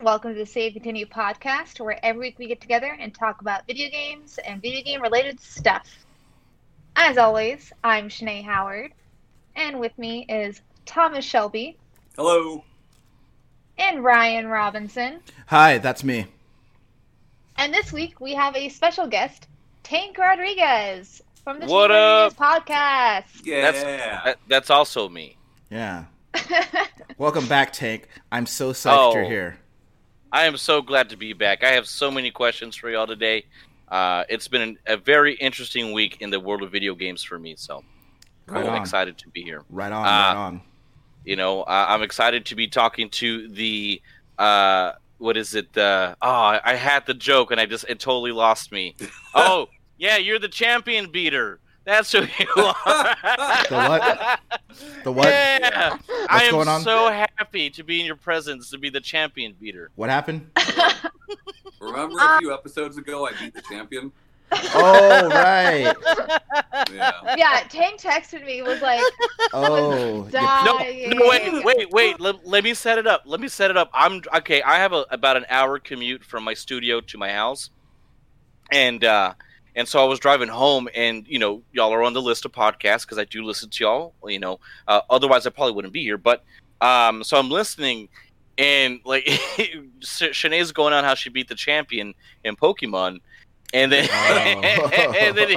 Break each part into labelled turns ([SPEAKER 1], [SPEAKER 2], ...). [SPEAKER 1] Welcome to the Save Continue podcast, where every week we get together and talk about video games and video game related stuff. As always, I'm Shanae Howard, and with me is Thomas Shelby
[SPEAKER 2] Hello.
[SPEAKER 1] and Ryan Robinson.
[SPEAKER 3] Hi, that's me.
[SPEAKER 1] And this week we have a special guest, Tank Rodriguez from the
[SPEAKER 4] What
[SPEAKER 1] Tank Rodriguez podcast.
[SPEAKER 2] Yeah.
[SPEAKER 4] That's that, that's also me.
[SPEAKER 3] Yeah. Welcome back, Tank. I'm so psyched you're
[SPEAKER 4] Oh.
[SPEAKER 3] here.
[SPEAKER 4] I am so glad to be back. I have so many questions for y'all today. Uh, it's been an, a very interesting week in the world of video games for me, so
[SPEAKER 3] Right
[SPEAKER 4] I'm
[SPEAKER 3] on.
[SPEAKER 4] excited to be here.
[SPEAKER 3] Right on,
[SPEAKER 4] Ah.
[SPEAKER 3] right on.
[SPEAKER 4] You know, uh, I'm excited to be talking to the uh, what is it? The oh, I I had the joke and I just it totally lost me. oh, yeah, you're the champion beater. That's who you are.
[SPEAKER 3] The what? The what?
[SPEAKER 4] Yeah, I am
[SPEAKER 3] going on?
[SPEAKER 4] so happy to be in your presence to be the champion beater.
[SPEAKER 3] What happened?
[SPEAKER 2] Remember a few episodes ago I beat the champion?
[SPEAKER 3] Oh, right.
[SPEAKER 2] Yeah.
[SPEAKER 1] Yeah, Tank texted me, was like,
[SPEAKER 3] Oh. yeah.
[SPEAKER 4] no,
[SPEAKER 1] dying.
[SPEAKER 4] no, wait, wait, wait. Let, let me set it up. Let me set it up. I'm okay. I have a, about an hour commute from my studio to my house, and uh, and so I was driving home, and you know, y'all are on the list of podcasts because I do listen to y'all. You know, uh, otherwise I probably wouldn't be here. But um, so I'm listening, and like Sh- Shanae's going on how she beat the champion in Pokemon, and then
[SPEAKER 3] Oh.
[SPEAKER 4] and then he,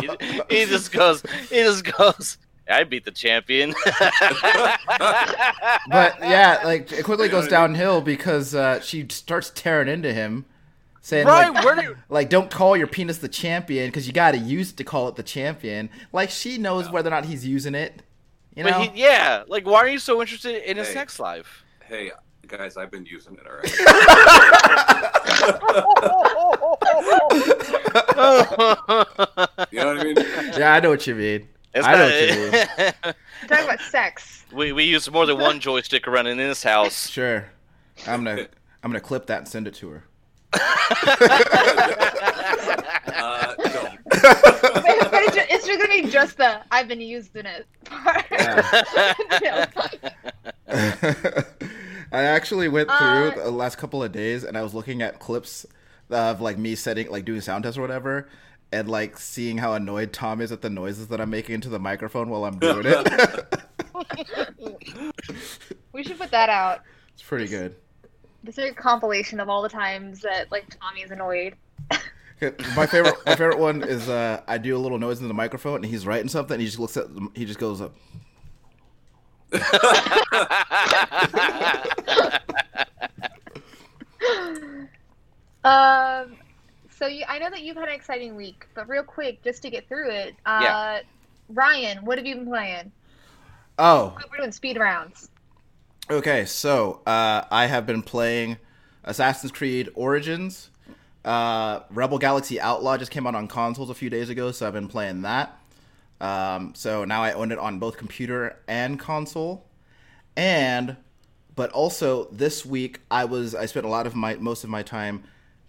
[SPEAKER 4] he just goes, he just goes. I beat the champion.
[SPEAKER 3] But yeah, like it quickly
[SPEAKER 2] You know
[SPEAKER 3] goes
[SPEAKER 2] what I
[SPEAKER 3] downhill because uh, she starts tearing into him, saying
[SPEAKER 4] right,
[SPEAKER 3] like,
[SPEAKER 4] where do
[SPEAKER 3] like, don't call your penis the champion because you got to use it to call it the champion. Like she knows whether or not he's using it. You know?
[SPEAKER 4] but he, yeah, like why are you so interested in his
[SPEAKER 2] Hey.
[SPEAKER 4] sex life?
[SPEAKER 2] Hey, guys, I've been using it already. You know what I mean?
[SPEAKER 3] Yeah, I know what you mean.
[SPEAKER 4] It's
[SPEAKER 3] I know
[SPEAKER 4] not-
[SPEAKER 3] what
[SPEAKER 1] Talking about sex.
[SPEAKER 4] we we use more than one joystick around in this house.
[SPEAKER 3] Sure. I'm gonna I'm gonna clip that and send it to her.
[SPEAKER 2] Uh, no.
[SPEAKER 1] But it's ju- it's just gonna be just the I've been using it part. No.
[SPEAKER 3] I actually went through
[SPEAKER 1] Uh,
[SPEAKER 3] the last couple of days and I was looking at clips of like me setting like doing sound tests or whatever and like seeing how annoyed Tom is at the noises that I'm making into the microphone while I'm doing it.
[SPEAKER 1] We should put that out.
[SPEAKER 3] it's pretty good.
[SPEAKER 1] This is a compilation of all the times that like Tommy is annoyed.
[SPEAKER 3] My favorite my favorite one is uh I do a little noise into the microphone and he's writing something and he just looks at he just goes up
[SPEAKER 1] Um, so you, I know that you've had an exciting week, but real quick, just to get through it, uh,
[SPEAKER 4] Yeah.
[SPEAKER 1] Ryan, what have you been playing?
[SPEAKER 3] Oh,
[SPEAKER 1] We're doing speed rounds.
[SPEAKER 3] Okay, so uh, I have been playing Assassin's Creed Origins. Uh, Rebel Galaxy Outlaw just came out on consoles a few days ago, so I've been playing that. Um, so now I own it on both computer and console. And but also this week I was I spent a lot of my most of my time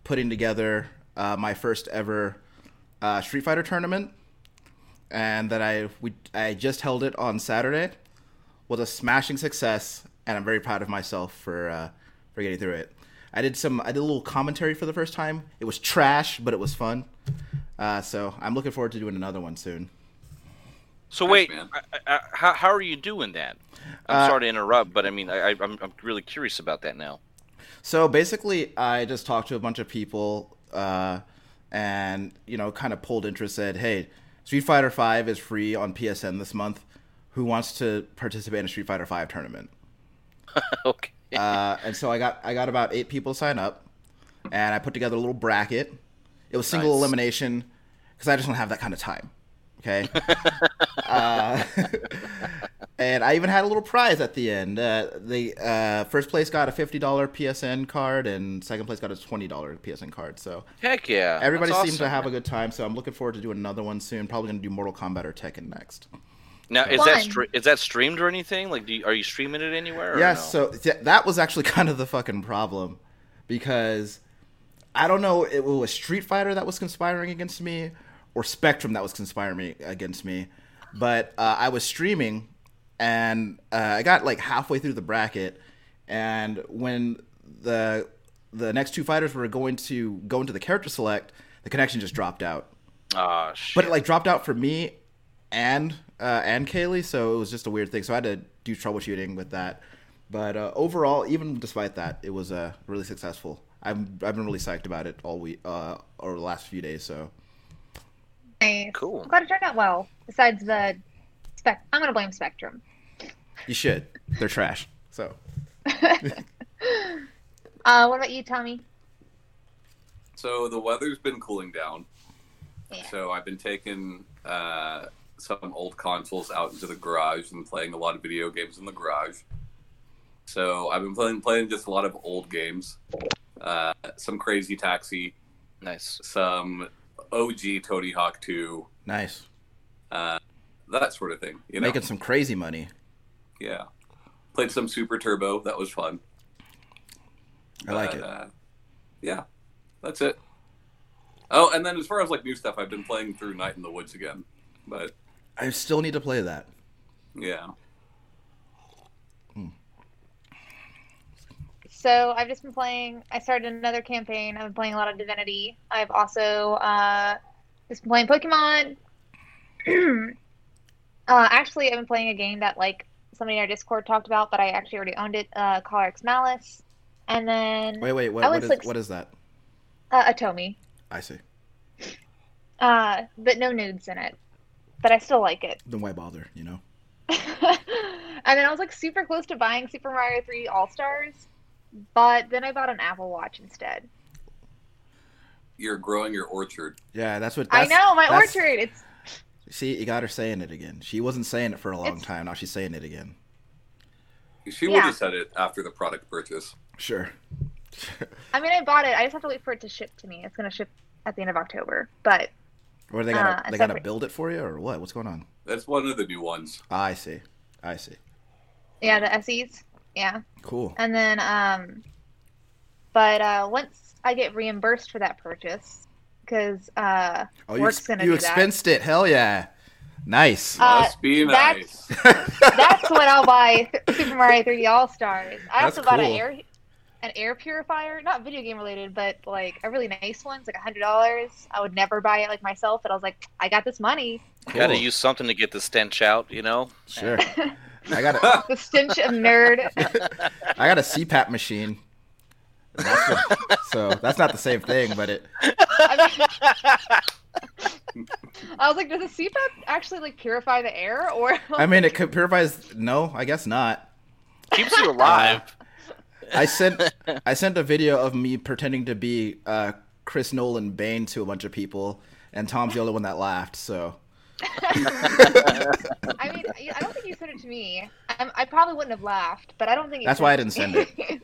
[SPEAKER 3] putting together uh, my first ever uh, Street Fighter tournament, and that I we I just held it on Saturday was a smashing success, and I'm very proud of myself for uh, for getting through it. I did some I did a little commentary for the first time. It was trash, but it was fun. Uh, so I'm looking forward to doing another one soon.
[SPEAKER 4] so wait,
[SPEAKER 2] man.
[SPEAKER 4] I, I, how how are you doing that? I'm
[SPEAKER 3] Uh,
[SPEAKER 4] sorry to interrupt, but I mean, I, I- I'm I'm really curious about that now.
[SPEAKER 3] So basically, I just talked to a bunch of people, uh, and you know, kind of pulled interest. Said, "Hey, Street Fighter Five is free on PSN this month. Who wants to participate in a Street Fighter Five tournament?"
[SPEAKER 4] okay.
[SPEAKER 3] uh, and so I got I got about eight people to sign up, and I put together a little bracket. It was single
[SPEAKER 4] Nice.
[SPEAKER 3] elimination because I just don't have that kind of time. Okay. uh, and I even had a little prize at the end. Uh, the uh, first place got a fifty dollar PSN card, and second place got a twenty dollar PSN card. So
[SPEAKER 4] Heck yeah.
[SPEAKER 3] everybody
[SPEAKER 4] That's
[SPEAKER 3] seems to
[SPEAKER 4] awesome.
[SPEAKER 3] have a good time. So I'm looking forward to doing another one soon. Probably going to do Mortal Kombat or Tekken next.
[SPEAKER 4] Now is that
[SPEAKER 1] Fun.
[SPEAKER 4] stre- is that streamed or anything? Like, do you, are you streaming it anywhere? or no?
[SPEAKER 3] Yes, so th- that was actually kind of the fucking problem because I don't know it was Street Fighter that was conspiring against me or Spectrum that was conspiring against me, but uh, I was streaming and uh, I got like halfway through the bracket, and when the the next two fighters were going to go into the character select, the connection just dropped out.
[SPEAKER 4] Ah, shit.
[SPEAKER 3] But it like dropped out for me and uh, and Kaylee, so it was just a weird thing. So I had to do troubleshooting with that. But uh, overall, even despite that, it was uh, really successful. I'm I've been really psyched about it all week uh, over the last few days. So
[SPEAKER 1] Nice.
[SPEAKER 4] cool.
[SPEAKER 1] I'm glad it turned out well. Besides the spec, I'm gonna blame Spectrum.
[SPEAKER 3] you should. They're trash. So
[SPEAKER 1] Uh, what about you, Tommy?
[SPEAKER 2] So the weather's been cooling down.
[SPEAKER 1] Yeah.
[SPEAKER 2] So I've been taking uh, some old consoles out into the garage and playing a lot of video games in the garage. So I've been playing playing just a lot of old games, uh, some Crazy Taxi,
[SPEAKER 4] Nice.
[SPEAKER 2] some OG Tony Hawk 2,
[SPEAKER 3] nice,
[SPEAKER 2] uh, that sort of thing. You know,
[SPEAKER 3] making some crazy money.
[SPEAKER 2] yeah. Played some Super Turbo. That was fun.
[SPEAKER 3] I like
[SPEAKER 2] But,
[SPEAKER 3] it.
[SPEAKER 2] Uh, yeah, that's it. Oh, and then as far as like new stuff, I've been playing through Night in the Woods again, but
[SPEAKER 3] I still need to play that.
[SPEAKER 2] yeah,
[SPEAKER 1] So I've just been playing. I started another campaign. I've been playing a lot of Divinity. I've also uh, just been playing Pokemon. uh, actually, I've been playing a game that like somebody in our Discord talked about, but I actually already owned it. Uh, Collar X Malice, and then
[SPEAKER 3] Wait, wait, what,
[SPEAKER 1] I
[SPEAKER 3] what
[SPEAKER 1] was,
[SPEAKER 3] is
[SPEAKER 1] like,
[SPEAKER 3] what is that?
[SPEAKER 1] uh, Atomi.
[SPEAKER 3] I see.
[SPEAKER 1] Uh, but no nudes in it. But I still like it.
[SPEAKER 3] Then why bother? You know.
[SPEAKER 1] and then I was like super close to buying Super Mario 3 All Stars, but then I bought an Apple Watch instead.
[SPEAKER 2] you're growing your orchard.
[SPEAKER 3] Yeah, that's what
[SPEAKER 1] I
[SPEAKER 3] that's-
[SPEAKER 1] know my
[SPEAKER 3] that's-
[SPEAKER 1] orchard. It's
[SPEAKER 3] See, you got her saying it again. She wasn't saying it for a long
[SPEAKER 1] It's-
[SPEAKER 3] time. Now she's saying it again.
[SPEAKER 2] She would
[SPEAKER 1] Yeah.
[SPEAKER 2] have said it after the product purchase.
[SPEAKER 3] Sure.
[SPEAKER 1] I mean I bought it. I just have to wait for it to ship to me. It's gonna ship at the end of October, but
[SPEAKER 3] Or they gotta
[SPEAKER 1] Uh,
[SPEAKER 3] they
[SPEAKER 1] separate-
[SPEAKER 3] gotta build it for you or what? What's going on?
[SPEAKER 2] That's one of the new ones.
[SPEAKER 3] Ah, I see. I see.
[SPEAKER 1] yeah, the SEs, yeah.
[SPEAKER 3] Cool.
[SPEAKER 1] And then um, but uh, once I get reimbursed for that purchase, because uh,
[SPEAKER 3] Oh,
[SPEAKER 1] work's
[SPEAKER 3] ex-
[SPEAKER 1] gonna
[SPEAKER 3] you
[SPEAKER 1] do that.
[SPEAKER 3] expensed it. Hell yeah. Nice.
[SPEAKER 1] Uh,
[SPEAKER 2] Must be
[SPEAKER 1] that's-
[SPEAKER 2] nice.
[SPEAKER 1] That's when I'll buy Super Mario 3D All Stars. I
[SPEAKER 3] That's
[SPEAKER 1] also bought an
[SPEAKER 3] cool.
[SPEAKER 1] air an air purifier, not video game related, but like a really nice one. It's like hundred dollars. I would never buy it like myself, but I was like, I got this money.
[SPEAKER 4] Got to
[SPEAKER 3] Cool.
[SPEAKER 4] use something to get the stench out, you know.
[SPEAKER 3] Sure. I got a,
[SPEAKER 1] The stench of nerd.
[SPEAKER 3] I got a CPAP machine. And That's what- so that's not the same thing, but it
[SPEAKER 1] I, mean- I was like, does a CPAP actually like purify the air or?
[SPEAKER 3] I mean it could purifies no, I guess not.
[SPEAKER 4] Keeps you alive.
[SPEAKER 3] I sent I sent a video of me pretending to be uh, Chris Nolan Bane to a bunch of people and Tom's the only one that laughed, so
[SPEAKER 1] I mean, I don't think you sent it to me. I, I probably wouldn't have laughed, but I don't think you
[SPEAKER 3] That's why I didn't send it.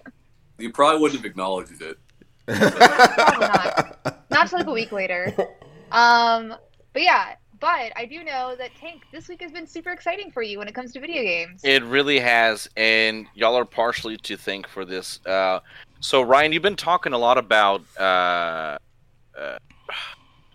[SPEAKER 2] You probably wouldn't have acknowledged it.
[SPEAKER 1] Probably not. Not till like a week later. Um, but yeah, but I do know that Tank this week has been super exciting for you when it comes to video games.
[SPEAKER 4] It really has, and y'all are partially to thank for this. Uh, so, Ryan, you've been talking a lot about. Uh, uh,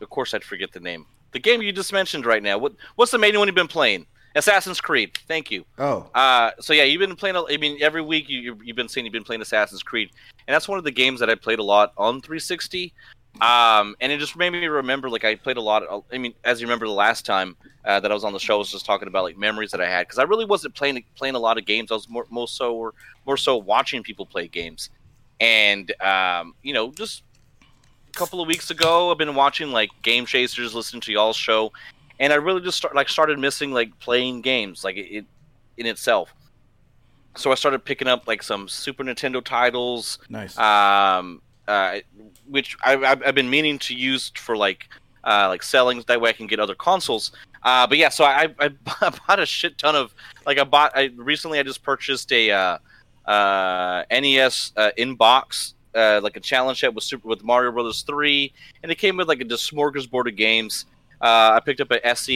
[SPEAKER 4] of course, I'd forget the name. The game you just mentioned right now. What What's the main one you've been playing? Assassin's Creed. Thank you.
[SPEAKER 3] Oh,
[SPEAKER 4] Uh, so yeah, you've been playing. I mean, every week you, you- you've been saying you've been playing Assassin's Creed, and that's one of the games that I played a lot on 360. Um, and it just made me remember, like I played a lot. uh, I mean, as you remember the last time uh, that I was on the show, I was just talking about like memories that I had because I really wasn't playing playing a lot of games. I was more, more so or more so watching people play games, and um, you know, just a couple of weeks ago, I've been watching like Game Chasers, listening to y'all's show, and I really just start like started missing like playing games, like it, it in itself. So I started picking up like some Super Nintendo titles,
[SPEAKER 3] nice.
[SPEAKER 4] um, uh, which I, I've, I've been meaning to use for like uh, like selling that way I can get other consoles. Uh, but yeah, so I, I, I bought a shit ton of like I bought I recently I just purchased a uh, uh, NES uh, inbox uh, like a challenge set with Super with Mario Brothers three, and it came with like a just smorgasbord of games. Uh, I picked up a SC,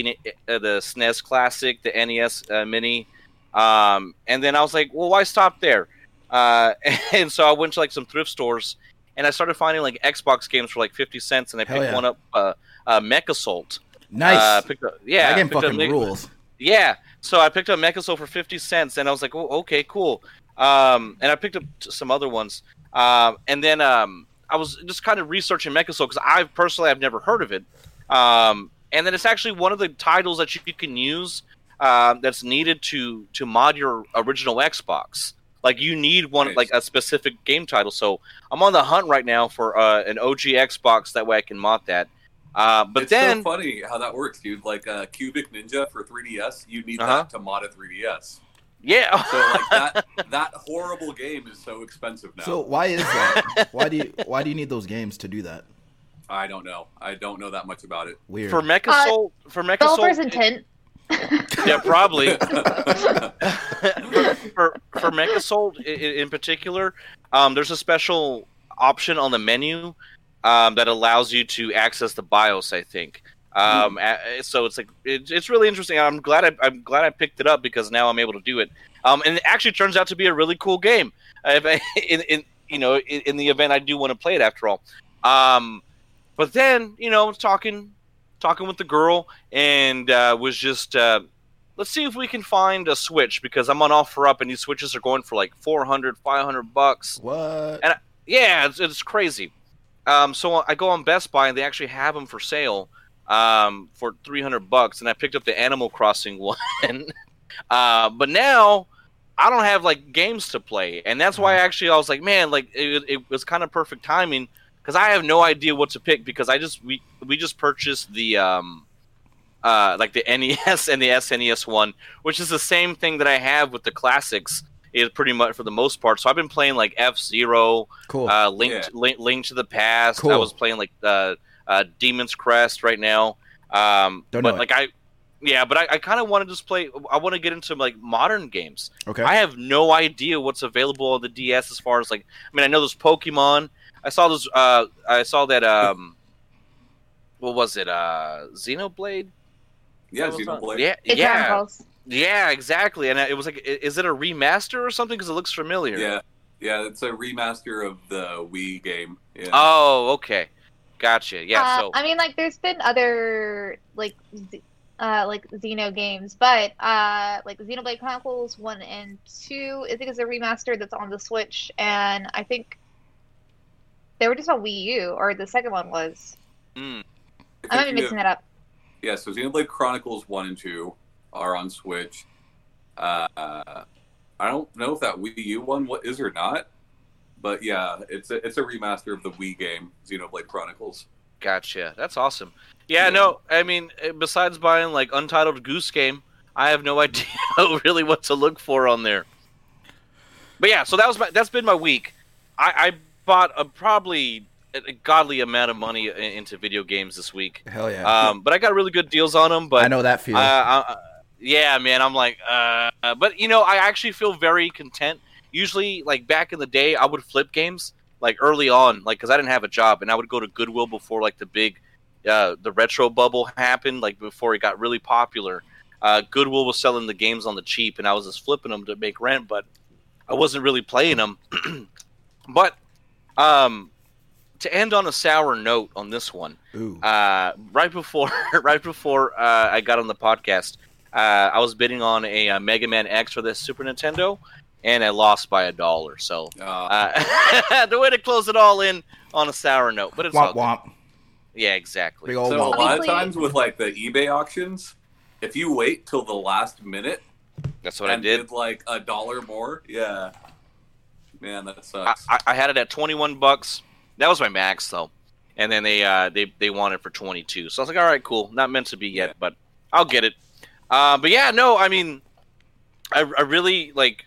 [SPEAKER 4] uh, the SNES Classic, the NES uh, Mini, um, and then I was like, well, why stop there? uh, and so I went to like some thrift stores and I started finding like Xbox games for like fifty cents, and I
[SPEAKER 3] Hell
[SPEAKER 4] picked
[SPEAKER 3] yeah.
[SPEAKER 4] one up, uh, uh, Mech Assault.
[SPEAKER 3] nice.
[SPEAKER 4] Uh, picked up, yeah,
[SPEAKER 3] that game
[SPEAKER 4] picked up
[SPEAKER 3] fucking
[SPEAKER 4] Mech-
[SPEAKER 3] rules.
[SPEAKER 4] Yeah, so I picked up Mech Assault for fifty cents, and I was like, oh, okay, cool. Um, and I picked up t- some other ones. Um, and then um, I was just kind of researching Mecha Soul because I personally I've never heard of it. Um, and then it's actually one of the titles that you can use um, that's needed to to mod your original Xbox. Like you need one
[SPEAKER 2] Nice.
[SPEAKER 4] like a specific game title. So I'm on the hunt right now for uh, an OG Xbox. That way I can mod that. Uh, but
[SPEAKER 2] it's
[SPEAKER 4] then
[SPEAKER 2] so funny how that works, dude. Like uh, Cubic Ninja for 3DS, you need
[SPEAKER 4] Uh-huh.
[SPEAKER 2] that to mod a 3DS.
[SPEAKER 4] yeah,
[SPEAKER 2] So like that that horrible game is so expensive now.
[SPEAKER 3] So why is that? why do you why do you need those games to do that?
[SPEAKER 2] I don't know. I don't know that much about it.
[SPEAKER 3] Weird.
[SPEAKER 4] for Mecha
[SPEAKER 1] Uh,
[SPEAKER 4] Soul for Mecha
[SPEAKER 1] Developer's
[SPEAKER 4] Soul
[SPEAKER 1] intent.
[SPEAKER 4] yeah probably
[SPEAKER 2] yeah,
[SPEAKER 4] for, for for Mecha Soul i- i- in particular, um, there's a special option on the menu um, that allows you to access the BIOS. I think. Um, a- so it's like it, it's really interesting. I'm glad I, I'm glad I picked it up because now I'm able to do it. Um, and it actually turns out to be a really cool game. Uh, If I, in, in you know in, in the event I do want to play it after all. Um, but then you know I was talking talking with the girl and uh, was just uh, let's see if we can find a switch because I'm on offer up and these switches are going for like 400, 500 bucks.
[SPEAKER 3] What?
[SPEAKER 4] Yeah, it's, it's crazy. Um, so I go on Best Buy and they actually have them for sale um, for 300 bucks, and I picked up the Animal Crossing one. uh, but now I don't have like games to play, and that's why actually I was like, man, like it, it was kind of perfect timing because I have no idea what to pick because I just we we just purchased the. Um, uh, like the NES and the SNES one, which is the same thing that I have with the classics, is pretty much for the most part. So I've been playing like F Zero,
[SPEAKER 3] Cool.
[SPEAKER 4] uh, Link,
[SPEAKER 2] Yeah.
[SPEAKER 4] Link, Link to the Past. I
[SPEAKER 3] Cool.
[SPEAKER 4] was playing like uh, uh, Demon's Crest right now. Um,
[SPEAKER 3] Don't
[SPEAKER 4] but
[SPEAKER 3] know it.
[SPEAKER 4] like I, yeah, but I, I kind of want to just play. I want to get into like modern games.
[SPEAKER 3] okay.
[SPEAKER 4] I have no idea what's available on the DS as far as like. I mean, I know there's Pokemon. I saw this. Uh, I saw that. Um, what was it? Uh, Xenoblade.
[SPEAKER 2] Xenoblade.
[SPEAKER 4] Yeah,
[SPEAKER 1] It's Dragon
[SPEAKER 4] yeah,
[SPEAKER 1] Balls.
[SPEAKER 4] yeah, exactly. And I- it was like, i- is it a remaster or something? Because it looks familiar.
[SPEAKER 2] Yeah, yeah. It's a remaster of the Wii game. Yeah.
[SPEAKER 4] Oh, okay. Gotcha. Yeah.
[SPEAKER 1] Uh,
[SPEAKER 4] so
[SPEAKER 1] I mean, like, there's been other like, Z- uh, like Xeno games, but uh, like Xenoblade Chronicles One and Two, I think is a remaster that's on the Switch, and I think they were just on Wii U, or the second one was.
[SPEAKER 4] mm,
[SPEAKER 2] I
[SPEAKER 1] I might be
[SPEAKER 2] think you-
[SPEAKER 1] mixing that up.
[SPEAKER 2] Yeah, so Xenoblade Chronicles 1 and 2 are on Switch. Uh, I don't know if that Wii U one what is or not, but yeah, it's a, it's a remaster of the Wii game, Xenoblade Chronicles.
[SPEAKER 4] Gotcha. That's awesome. Yeah,
[SPEAKER 2] Yeah.
[SPEAKER 4] no, I mean, eh, besides buying like Untitled Goose Game, I have no idea really what to look for on there. But yeah, so that was my that's been my week. I, I bought a probably a a godly amount of money i- into video games this week.
[SPEAKER 3] Hell yeah.
[SPEAKER 4] Um, but I got really good deals on them. But
[SPEAKER 3] I know that
[SPEAKER 4] uh,
[SPEAKER 3] feeling.
[SPEAKER 4] I, I- yeah, man, I'm like, uh, uh, but you know, I actually feel very content. Usually, like back in the day, I would flip games like early on, like because I didn't have a job, and I would go to Goodwill before like the big, uh, the retro bubble happened, like before it got really popular. Uh, Goodwill was selling the games on the cheap, and I was just flipping them to make rent, but I wasn't really playing them. but um, to end on a sour note on this one,
[SPEAKER 3] Ooh.
[SPEAKER 4] uh, right before right before uh, I got on the podcast, uh, I was bidding on a, uh Mega Man X for the Super Nintendo, and I lost by a dollar. So
[SPEAKER 2] Uh,
[SPEAKER 4] uh, the way to close it all in on a sour note, but it's
[SPEAKER 3] womp
[SPEAKER 4] all good.
[SPEAKER 3] womp.
[SPEAKER 4] yeah, exactly.
[SPEAKER 3] Big old
[SPEAKER 2] so a
[SPEAKER 3] womp.
[SPEAKER 2] lot of
[SPEAKER 1] Obviously-
[SPEAKER 2] times with like the eBay auctions, if you wait till the last minute
[SPEAKER 4] That's what I
[SPEAKER 2] and
[SPEAKER 4] did.
[SPEAKER 2] like a dollar more, yeah, man, that
[SPEAKER 4] I,
[SPEAKER 2] sucks.
[SPEAKER 4] I, I had it at twenty one bucks. That was my max though, and then they uh, they they wanted for twenty two. So I was like, all right, cool. Not meant to be yet, but I'll get it. Uh, but yeah, no, I mean, I, I really like.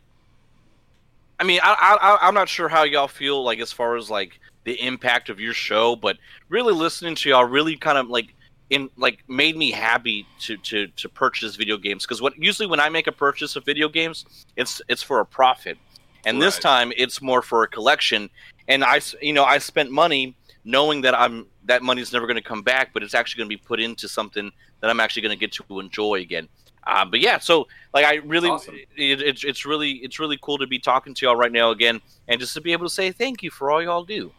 [SPEAKER 4] I mean, I, I I- I'm not sure how y'all feel like as far as like the impact of your show, but really listening to y'all really kind of like in like made me happy to to to purchase video games because what usually when I make a purchase of video games, it's it's for a profit, and this
[SPEAKER 2] Right.
[SPEAKER 4] time it's more for a collection. And I s- you know I spent money knowing that I'm that money's never going to come back, but it's actually going to be put into something that I'm actually going to get to enjoy again. Uh, but yeah, so like I really,
[SPEAKER 2] Awesome.
[SPEAKER 4] it, it's it's really it's really cool to be talking to y'all right now again, and just to be able to say thank you for all y'all do.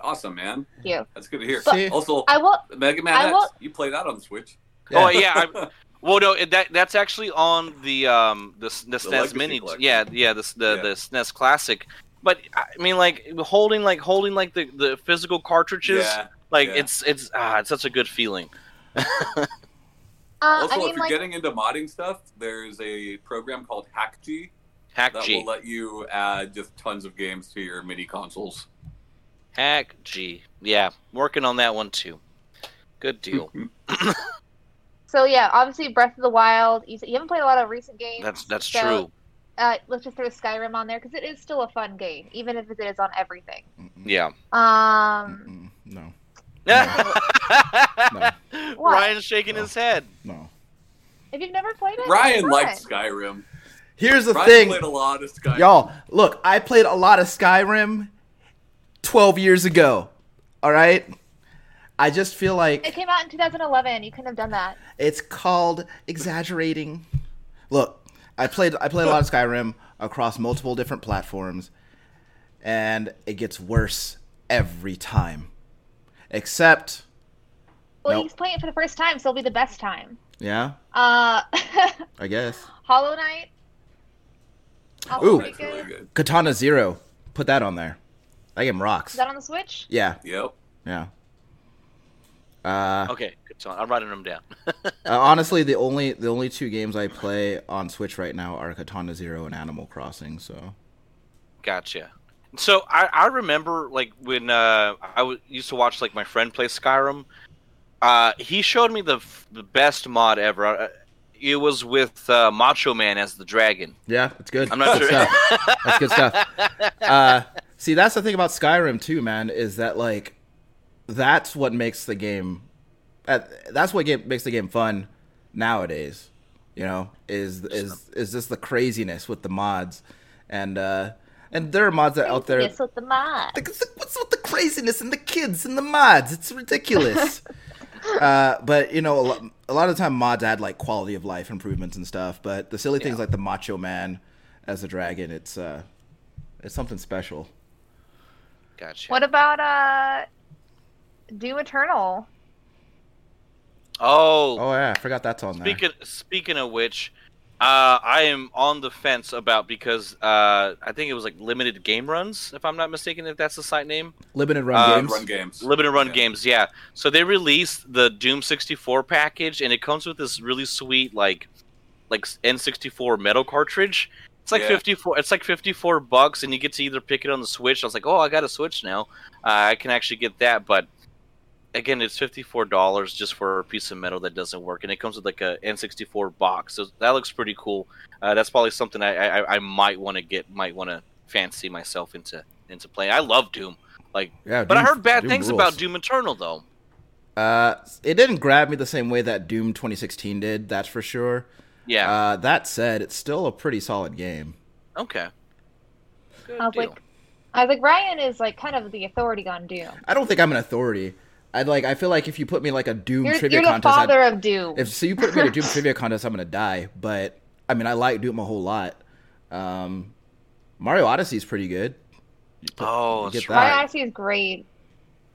[SPEAKER 2] awesome, man.
[SPEAKER 1] Thank you.
[SPEAKER 2] That's good to hear.
[SPEAKER 3] See?
[SPEAKER 2] also,
[SPEAKER 1] I will. uh,
[SPEAKER 2] Mega Man
[SPEAKER 1] I
[SPEAKER 2] X,
[SPEAKER 1] will-
[SPEAKER 2] you play that on Switch.
[SPEAKER 4] Oh yeah, I, well no, it- that that's actually on the um the, s- the SNES
[SPEAKER 2] Legacy
[SPEAKER 4] Mini,
[SPEAKER 2] Collection.
[SPEAKER 4] yeah yeah the s- the,
[SPEAKER 2] Yeah.
[SPEAKER 4] the SNES Classic. But I mean, like holding, like holding, like the, the physical cartridges,
[SPEAKER 2] Yeah.
[SPEAKER 4] like
[SPEAKER 2] yeah.
[SPEAKER 4] it's it's ah, it's such a good feeling.
[SPEAKER 1] Uh,
[SPEAKER 2] Also,
[SPEAKER 1] I
[SPEAKER 2] if
[SPEAKER 1] mean,
[SPEAKER 2] you're
[SPEAKER 1] like,
[SPEAKER 2] getting into modding stuff, there's a program called HackG
[SPEAKER 4] Hack
[SPEAKER 2] that will
[SPEAKER 4] G,
[SPEAKER 2] let you add just tons of games to your mini consoles.
[SPEAKER 4] Hack G. Yeah, working on that one too. Good deal.
[SPEAKER 1] so yeah, obviously Breath of the Wild. You, s- you haven't played a lot of recent games.
[SPEAKER 4] that's that's
[SPEAKER 1] So,
[SPEAKER 4] true.
[SPEAKER 1] Uh, let's just throw Skyrim on there because it is still a fun game, even if it is on everything.
[SPEAKER 3] Mm-mm.
[SPEAKER 4] Yeah.
[SPEAKER 1] Um,
[SPEAKER 3] Mm-mm. No.
[SPEAKER 4] Ryan's shaking
[SPEAKER 3] No.
[SPEAKER 4] his head.
[SPEAKER 3] No.
[SPEAKER 1] if you've never played it,
[SPEAKER 2] Ryan
[SPEAKER 1] it's
[SPEAKER 2] liked
[SPEAKER 1] fun.
[SPEAKER 2] Skyrim.
[SPEAKER 3] Here's the
[SPEAKER 2] Ryan
[SPEAKER 3] thing,
[SPEAKER 2] played a lot of Skyrim.
[SPEAKER 3] y'all. Look, I played a lot of Skyrim 12 years ago. All right? I just feel like
[SPEAKER 1] It came out in 2011. You couldn't have done that.
[SPEAKER 3] It's called exaggerating. Look, I played I played a lot of Skyrim across multiple different platforms, and it gets worse every time. Except,
[SPEAKER 1] Well,
[SPEAKER 3] Nope.
[SPEAKER 1] he's playing it for the first time, so it'll be the best time.
[SPEAKER 3] yeah,
[SPEAKER 1] Uh,
[SPEAKER 3] I guess
[SPEAKER 1] Hollow Knight. also
[SPEAKER 3] Ooh.
[SPEAKER 1] pretty
[SPEAKER 2] That's really
[SPEAKER 1] good.
[SPEAKER 2] good.
[SPEAKER 3] Katana Zero. Put that on there. That game
[SPEAKER 1] Is
[SPEAKER 3] rocks.
[SPEAKER 1] that on the Switch?
[SPEAKER 3] Yeah,
[SPEAKER 2] Yep.
[SPEAKER 3] yeah. Uh,
[SPEAKER 4] Okay, good song. I'm writing them down.
[SPEAKER 3] Uh, honestly, the only the only two games I play on Switch right now are Katana Zero and Animal Crossing. So
[SPEAKER 4] Gotcha. So I, I remember like when uh, I w- used to watch like my friend play Skyrim. Uh, he showed me the f- the best mod ever. Uh, It was with uh, Macho Man as the dragon.
[SPEAKER 3] yeah, it's good.
[SPEAKER 4] I'm not
[SPEAKER 3] Good
[SPEAKER 4] sure.
[SPEAKER 3] stuff. That's good stuff. Uh, see, that's the thing about Skyrim too, man. Is that like that's what makes the game. that- That's what game, makes the game fun nowadays. You know, is is is just the craziness with the mods, and uh, and there are mods that out there.
[SPEAKER 1] Yes, with the mod.
[SPEAKER 3] Like, it's like, what's with the craziness and the kids and the mods? It's ridiculous. uh, but you know, a lot, a lot of the time mods add like quality of life improvements and stuff. But the silly things like the Macho Man as a dragon, it's uh, it's something special.
[SPEAKER 4] Gotcha.
[SPEAKER 1] What about uh, Doom Eternal?
[SPEAKER 4] Oh,
[SPEAKER 3] Oh yeah, I forgot that's on there.
[SPEAKER 4] Speaking speaking of which, uh, I am on the fence about because uh, I think it was like limited game runs, if I'm not mistaken, if that's the site name.
[SPEAKER 3] Limited run
[SPEAKER 4] uh,
[SPEAKER 3] games.
[SPEAKER 2] Run games.
[SPEAKER 4] Limited run
[SPEAKER 2] Yeah.
[SPEAKER 4] games, yeah. So they released the Doom 64 package, and it comes with this really sweet like like N64 metal cartridge. It's like
[SPEAKER 2] Yeah.
[SPEAKER 4] 54. It's like 54 bucks, and you get to either pick it on the Switch. I was like, oh, I got a Switch now. Uh, I can actually get that, but again, it's fifty four dollars just for a piece of metal that doesn't work, and it comes with like a N sixty four box. So that looks pretty cool. Uh, that's probably something I I, I might want to get, might want to fancy myself into into playing. I love Doom,
[SPEAKER 3] Yeah,
[SPEAKER 4] but I
[SPEAKER 3] Doom-
[SPEAKER 4] heard bad
[SPEAKER 3] Doom
[SPEAKER 4] things
[SPEAKER 3] rules.
[SPEAKER 4] about Doom Eternal though.
[SPEAKER 3] Uh, it didn't grab me the same way that Doom 2016 did. That's for sure.
[SPEAKER 4] Yeah.
[SPEAKER 3] Uh, that said, it's still a pretty solid game.
[SPEAKER 4] okay. Good
[SPEAKER 1] I was
[SPEAKER 4] deal.
[SPEAKER 1] like, I was like, Ryan is like kind of the authority on Doom.
[SPEAKER 3] I don't think I'm an authority. I'd like. I feel like if you put me in, like a Doom
[SPEAKER 1] You're,
[SPEAKER 3] trivia
[SPEAKER 1] you're the
[SPEAKER 3] contest, I'd-
[SPEAKER 1] father of Doom.
[SPEAKER 3] If so, you put me in a Doom trivia contest, I'm gonna die. But I mean, I like Doom a whole lot. Um, Mario Odyssey is pretty good.
[SPEAKER 4] oh,
[SPEAKER 3] you
[SPEAKER 4] that's
[SPEAKER 3] get
[SPEAKER 4] right.
[SPEAKER 1] Ryan
[SPEAKER 3] that.
[SPEAKER 1] Odyssey is great.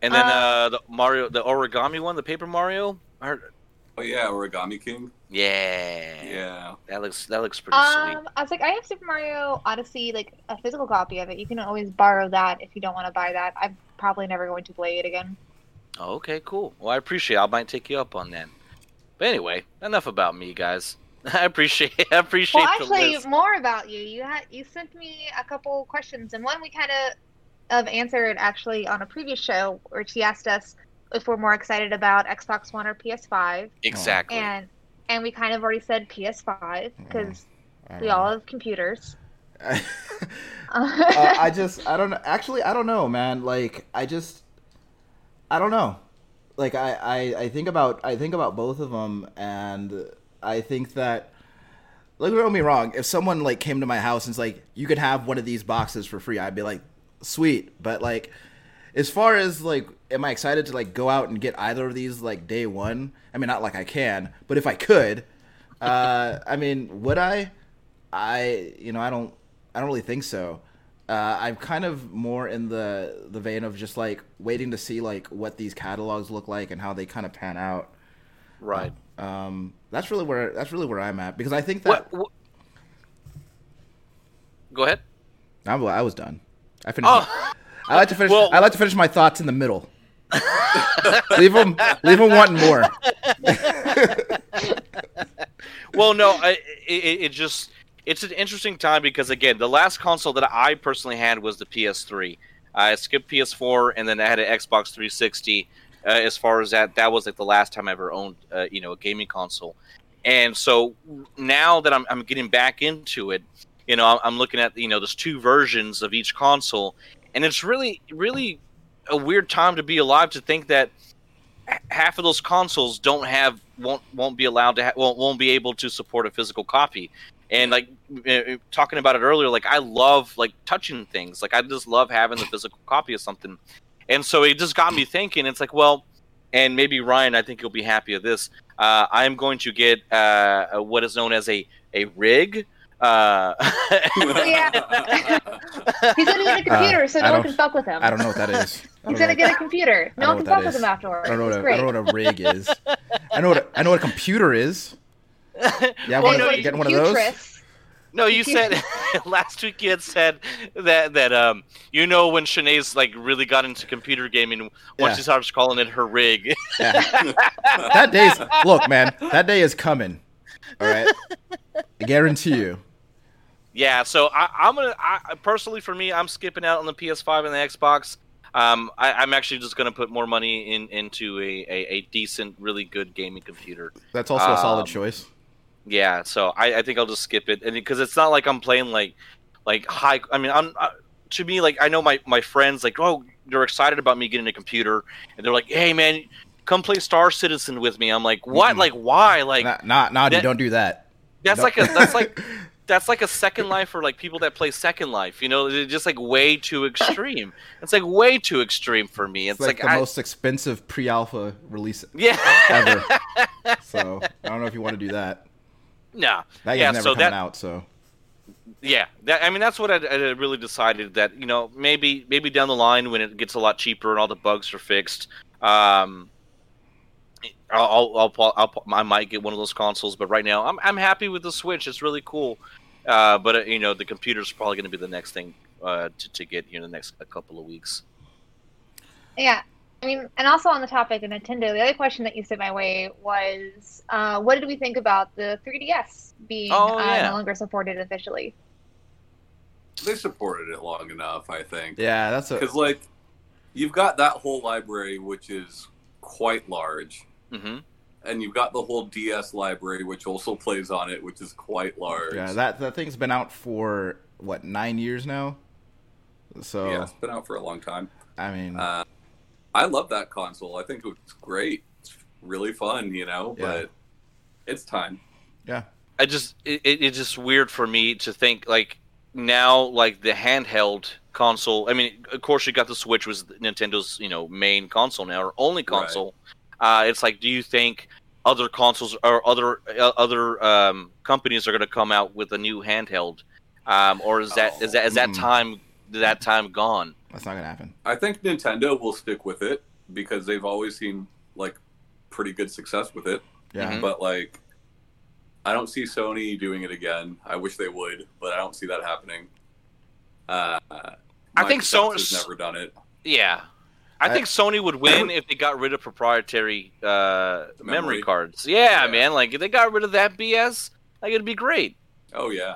[SPEAKER 4] And then
[SPEAKER 1] Uh,
[SPEAKER 4] uh, the Mario, the origami one, the Paper Mario. I heard,
[SPEAKER 2] Oh yeah, Origami King.
[SPEAKER 4] yeah.
[SPEAKER 2] Yeah.
[SPEAKER 4] That looks that looks pretty sweet.
[SPEAKER 1] Um, I was like, I have Super Mario Odyssey, like a physical copy of it. You can always borrow that if you don't want to buy that. I'm probably never going to play it again.
[SPEAKER 4] Oh, Okay, cool. Well, I appreciate. It. I might take you up on that. But anyway, enough about me, guys. I appreciate. I appreciate
[SPEAKER 1] Well,
[SPEAKER 4] the
[SPEAKER 1] actually,
[SPEAKER 4] list.
[SPEAKER 1] more about you. You had you sent me a couple questions, and one we kind of of answered actually on a previous show, where she asked us if we're more excited about Xbox One or PS5,
[SPEAKER 4] Exactly.
[SPEAKER 1] and and we kind of already said PS5
[SPEAKER 4] Mm,
[SPEAKER 1] because we
[SPEAKER 3] Um,
[SPEAKER 1] all have computers.
[SPEAKER 3] uh, I just, I don't know. Actually, I don't know, man. Like, I just, I don't know. Like, I, I, I think about, I think about both of them, and I think that. Like, don't get me wrong. If someone like came to my house and's like, "You could have one of these boxes for free," I'd be like, "Sweet." But like, as far as like am i excited to like go out and get either of these like day one i mean not like i can but if i could uh i mean would i i you know i don't i don't really think so uh i'm kind of more in the the vein of just like waiting to see like what these catalogs look like and how they kind of pan out
[SPEAKER 4] right.
[SPEAKER 3] um that's really where that's really where i'm at because i think that
[SPEAKER 4] What, what? Go ahead.
[SPEAKER 3] I'm, i was done I finished. my- I
[SPEAKER 4] Oh,
[SPEAKER 3] like to finish.
[SPEAKER 4] Well-
[SPEAKER 3] I like to finish my thoughts in the middle. leave them. Leave them wanting more.
[SPEAKER 4] well, no, I, it, it it just it's an interesting time because again, the last console that I personally had was the PS3. I skipped PS4 and then I had an Xbox 360. Uh, as far as that, that was like the last time I ever owned, uh, you know, a gaming console. And so now that I'm, I'm getting back into it, you know, I'm- I'm looking at you know there's two versions of each console, and it's really really a weird time to be alive to think that h- half of those consoles don't have won't won't be allowed to ha- won't won't be able to support a physical copy. And like eh, eh, talking about it earlier, like I love like touching things. Like I just love having the physical copy of something. And so it just got me thinking. It's like, well, and maybe Ryan, I think you'll be happy of this. Uh, I am going to get uh, a- what is known as a a rig. Uh,
[SPEAKER 1] Yeah. He's gonna get a computer, so
[SPEAKER 3] Uh, I
[SPEAKER 1] no one
[SPEAKER 3] don't-
[SPEAKER 1] can fuck with him.
[SPEAKER 3] I don't know what that is. I
[SPEAKER 1] He's
[SPEAKER 3] don't know,
[SPEAKER 1] gonna get a computer.
[SPEAKER 3] I
[SPEAKER 1] No one can
[SPEAKER 3] don't know
[SPEAKER 1] fuck
[SPEAKER 3] what that
[SPEAKER 1] with him
[SPEAKER 3] is.
[SPEAKER 1] afterwards.
[SPEAKER 3] I don't know
[SPEAKER 1] It's
[SPEAKER 3] what a, I
[SPEAKER 1] great.
[SPEAKER 3] don't know what a rig is. I know what a, I know what a computer is. Yeah,
[SPEAKER 4] Well,
[SPEAKER 3] one
[SPEAKER 1] That's
[SPEAKER 4] no,
[SPEAKER 3] of,
[SPEAKER 1] what
[SPEAKER 4] you-
[SPEAKER 3] get one of those.
[SPEAKER 1] computerists-
[SPEAKER 4] No, you said last week you had said that that um you know when Shanae's like really got into computer gaming once
[SPEAKER 3] Yeah.
[SPEAKER 4] she starts calling it her rig.
[SPEAKER 3] Yeah. that day's look, man. That day is coming. All right, I guarantee you.
[SPEAKER 4] yeah, so I, I'm gonna I, personally for me I'm skipping out on the PS5 and the Xbox. Um, I, I'm actually just gonna put more money in into a, a, a decent, really good gaming computer.
[SPEAKER 3] That's also a solid
[SPEAKER 4] Um,
[SPEAKER 3] choice.
[SPEAKER 4] Yeah, so I, I think I'll just skip it, and because it's not like I'm playing like like high. I mean, I'm I, to me like I know my my friends like oh they're excited about me getting a computer, and they're like hey man, come play Star Citizen with me. I'm like what
[SPEAKER 3] Mm-mm.
[SPEAKER 4] like why like
[SPEAKER 3] Not, not, not
[SPEAKER 4] that-
[SPEAKER 3] don't do that.
[SPEAKER 4] that's
[SPEAKER 3] no.
[SPEAKER 4] like a that's like that's like a Second Life for like people that play Second Life. You know, they're just like way too extreme. It's like way too extreme for me. It's,
[SPEAKER 3] It's like,
[SPEAKER 4] like,
[SPEAKER 3] the
[SPEAKER 4] I,
[SPEAKER 3] most expensive pre-alpha release
[SPEAKER 4] yeah
[SPEAKER 3] ever. so I don't know if you want to do that.
[SPEAKER 4] nah
[SPEAKER 3] That game's
[SPEAKER 4] yeah.
[SPEAKER 3] never
[SPEAKER 4] so
[SPEAKER 3] coming
[SPEAKER 4] that
[SPEAKER 3] out. So
[SPEAKER 4] Yeah, that, I mean that's what I, I really decided that you know maybe maybe down the line when it gets a lot cheaper and all the bugs are fixed, um, I'll I'll, I'll, I'll I might get one of those consoles. But right now I'm I'm happy with the Switch. It's really cool. Uh, but uh, you know the computer's probably going to be the next thing uh, to to get here in the next couple of weeks.
[SPEAKER 1] Yeah. I mean, and also on the topic of Nintendo, the other question that you sent my way was, uh, what did we think about the 3DS being
[SPEAKER 4] Oh,
[SPEAKER 1] uh,
[SPEAKER 4] yeah.
[SPEAKER 1] no longer supported officially?
[SPEAKER 2] they supported it long enough, I think.
[SPEAKER 3] yeah, that's a
[SPEAKER 2] Because, like, you've got that whole library, which is quite large,
[SPEAKER 4] hmm
[SPEAKER 2] and you've got the whole DS library, which also plays on it, which is quite large.
[SPEAKER 3] yeah that that thing's been out for what nine years now. So
[SPEAKER 2] Yeah, it's been out for a long time.
[SPEAKER 3] I mean,
[SPEAKER 2] Uh, I love that console. I think it's great. It's really fun, you know,
[SPEAKER 3] Yeah.
[SPEAKER 2] but it's time.
[SPEAKER 3] yeah,
[SPEAKER 4] I just it, it, it's just weird for me to think like now like the handheld console. I mean, of course you got the Switch was Nintendo's you know main console now or only console. Uh, it's like, do you think other consoles or other uh, other um, companies are going to come out with a new handheld, um, or is that is that is that
[SPEAKER 3] Mm.
[SPEAKER 4] time that time gone?
[SPEAKER 3] that's not gonna happen.
[SPEAKER 2] I think Nintendo will stick with it because they've always seen, like, pretty good success with it.
[SPEAKER 3] Yeah,
[SPEAKER 4] Mhm.
[SPEAKER 2] But, like, I don't see Sony doing it again. I wish they would, but I don't see that happening. Uh,
[SPEAKER 4] I think so-
[SPEAKER 2] Microsoft has never done it.
[SPEAKER 4] Yeah. I
[SPEAKER 3] I-
[SPEAKER 4] think Sony would win if they got rid of proprietary uh, memory.
[SPEAKER 2] Memory.
[SPEAKER 4] cards. Yeah,
[SPEAKER 2] Yeah.
[SPEAKER 4] man. Like if they got rid of that BS, like it'd be great.
[SPEAKER 2] Oh yeah,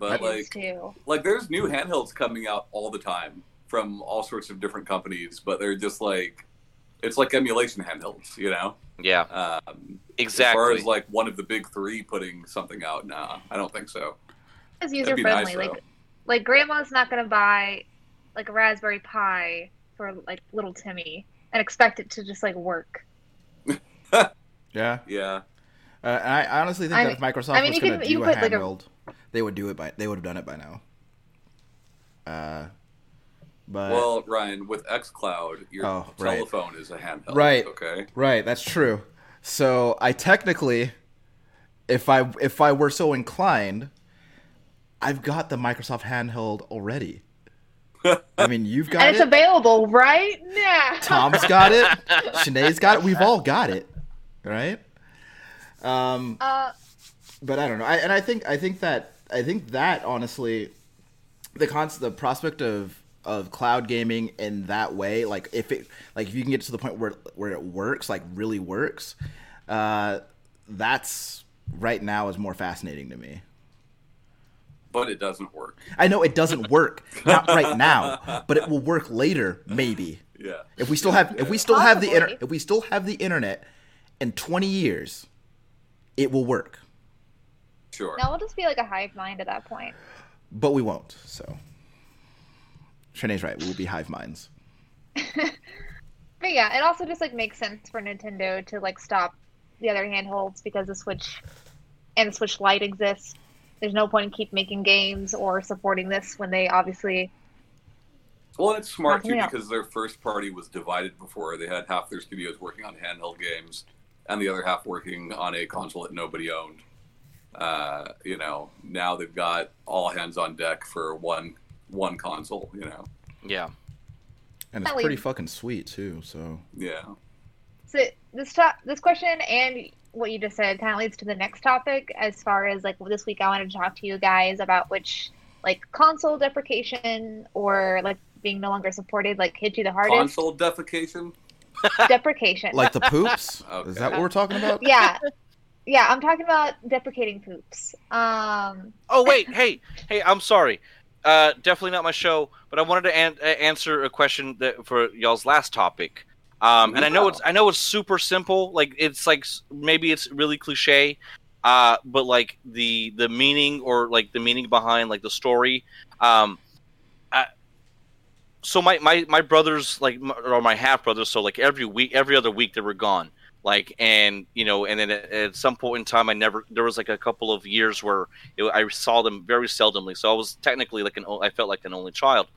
[SPEAKER 2] but
[SPEAKER 3] That
[SPEAKER 1] Yes,
[SPEAKER 2] like,
[SPEAKER 1] too.
[SPEAKER 2] like there's new handhelds coming out all the time from all sorts of different companies, but they're just like, it's like emulation handhelds, you know.
[SPEAKER 4] Yeah,
[SPEAKER 2] Um, As far
[SPEAKER 4] exactly.
[SPEAKER 2] as like one of the big three putting something out, nah, I don't think so.
[SPEAKER 1] It's
[SPEAKER 2] That'd
[SPEAKER 1] user
[SPEAKER 2] be
[SPEAKER 1] friendly.
[SPEAKER 2] nice though.
[SPEAKER 1] like, like grandma's not gonna buy like a Raspberry Pi for like little Timmy and expect it to just like work.
[SPEAKER 3] yeah.
[SPEAKER 2] yeah,
[SPEAKER 3] Uh, and I honestly think
[SPEAKER 1] I
[SPEAKER 3] that if Microsoft
[SPEAKER 1] I mean,
[SPEAKER 3] was
[SPEAKER 1] you
[SPEAKER 3] gonna
[SPEAKER 1] could- you
[SPEAKER 3] do a
[SPEAKER 1] could put, like, a-
[SPEAKER 3] handheld, they would do it by they would have done it by now. Uh, but
[SPEAKER 2] well, Ryan, with XCloud, your
[SPEAKER 3] Oh, right.
[SPEAKER 2] telephone is a handheld,
[SPEAKER 3] Right.
[SPEAKER 2] Okay,
[SPEAKER 3] Right, that's true. So I technically, if I if I were so inclined, I've got the Microsoft handheld already. I mean, you've got
[SPEAKER 1] and it's
[SPEAKER 3] it.
[SPEAKER 1] available right now.
[SPEAKER 3] Tom's got it. Sinead's got it. We've all got it, right? Um,
[SPEAKER 1] Uh,
[SPEAKER 3] but I don't know. I, and I think I think that I think that honestly the con- the prospect of of cloud gaming in that way, like if it like if you can get to the point where where it works, like really works, uh, that's right now is more fascinating to me.
[SPEAKER 2] but it doesn't work.
[SPEAKER 3] I know it doesn't work not right now, but it will work later maybe.
[SPEAKER 2] Yeah.
[SPEAKER 3] If we still have if we still have the inter-
[SPEAKER 1] Possibly.
[SPEAKER 3] if we still have the internet in 20 years, it will work,
[SPEAKER 2] Sure.
[SPEAKER 1] Now we'll just be like a hive mind at that point.
[SPEAKER 3] but we won't. So Trinae's right. We'll be hive minds.
[SPEAKER 1] But yeah, it also just like makes sense for Nintendo to like stop the other handholds because the Switch and the Switch Lite exists. There's no point in keep making games or supporting this when they obviously
[SPEAKER 2] Well, and it's smart too
[SPEAKER 1] Nothing else.
[SPEAKER 2] because their first party was divided before. They had half their studios working on handheld games, and the other half working on a console that nobody owned. Uh, you know, now they've got all hands on deck for one one console. You know,
[SPEAKER 4] Yeah.
[SPEAKER 3] And it's
[SPEAKER 1] Ellie.
[SPEAKER 3] pretty fucking sweet too, so
[SPEAKER 2] yeah.
[SPEAKER 1] So this top, this question and what you just said kind of leads to the next topic. As far as like this week, I wanted to talk to you guys about which like console deprecation or like being no longer supported like hit you the hardest.
[SPEAKER 2] Console defecation.
[SPEAKER 1] deprecation.
[SPEAKER 3] like the poops?
[SPEAKER 2] Okay.
[SPEAKER 3] Is that what we're talking about?
[SPEAKER 1] yeah, yeah. I'm talking about deprecating poops. Um,
[SPEAKER 4] Oh wait, hey, hey, I'm sorry. Uh, definitely not my show, but I wanted to an- uh, answer a question that for y'all's last topic. Um, and I know it's I know it's super simple. Like it's like s- maybe it's really cliche, uh, but like the the meaning or like the meaning behind like the story. Um, I, so my, my my brothers like m or my half brothers. So like every week, every other week they were gone. Like and you know, and then at, at some point in time, I never there was like a couple of years where it, I saw them very seldomly, so I was technically like an o- I felt like an only child.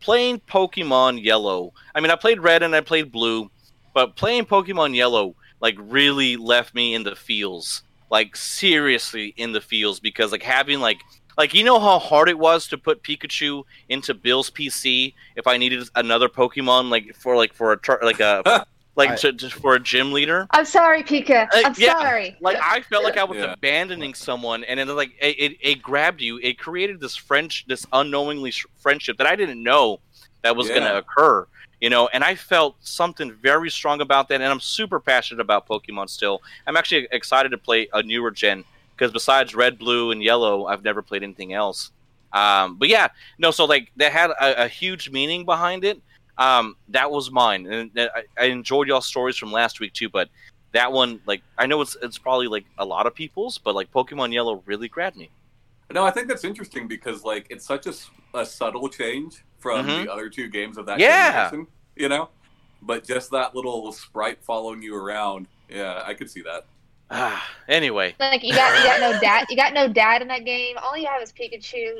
[SPEAKER 4] Playing Pokemon Yellow, I mean, I played Red and I played Blue, but playing Pokemon Yellow like really left me in the feels, like seriously in the feels, because like having like like you know how hard it was to put Pikachu into Bill's PC if I needed another Pokemon like for like for a tur- like a like
[SPEAKER 3] I-
[SPEAKER 4] to, to, for a gym leader.
[SPEAKER 1] I'm sorry, Pika.
[SPEAKER 4] Uh,
[SPEAKER 1] I'm
[SPEAKER 4] yeah.
[SPEAKER 1] sorry.
[SPEAKER 4] Like I felt like I was
[SPEAKER 2] Yeah.
[SPEAKER 4] abandoning someone, and then like it, it, it grabbed you. It created this French, this unknowingly sh- friendship that I didn't know that was going
[SPEAKER 2] Yeah.
[SPEAKER 4] to occur. You know, and I felt something very strong about that, and I'm super passionate about Pokemon still. I'm actually excited to play a newer gen because besides Red, Blue, and Yellow, I've never played anything else. Um, but yeah, no, so like that had a, a huge meaning behind it. Um, that was mine, and, and I, I enjoyed y'all's stories from last week too. But that one, like, I know it's it's probably like a lot of people's, but like Pokemon Yellow really grabbed me.
[SPEAKER 2] No, I think that's interesting because like it's such a, s- a subtle change from
[SPEAKER 4] Mhm.
[SPEAKER 2] the other two games of that
[SPEAKER 4] Yeah.
[SPEAKER 2] generation, you know. But just that little sprite following you around, yeah, I could see that.
[SPEAKER 4] Ah, anyway,
[SPEAKER 1] Like you got you got no dad. You got no dad in that game. All you have is Pikachu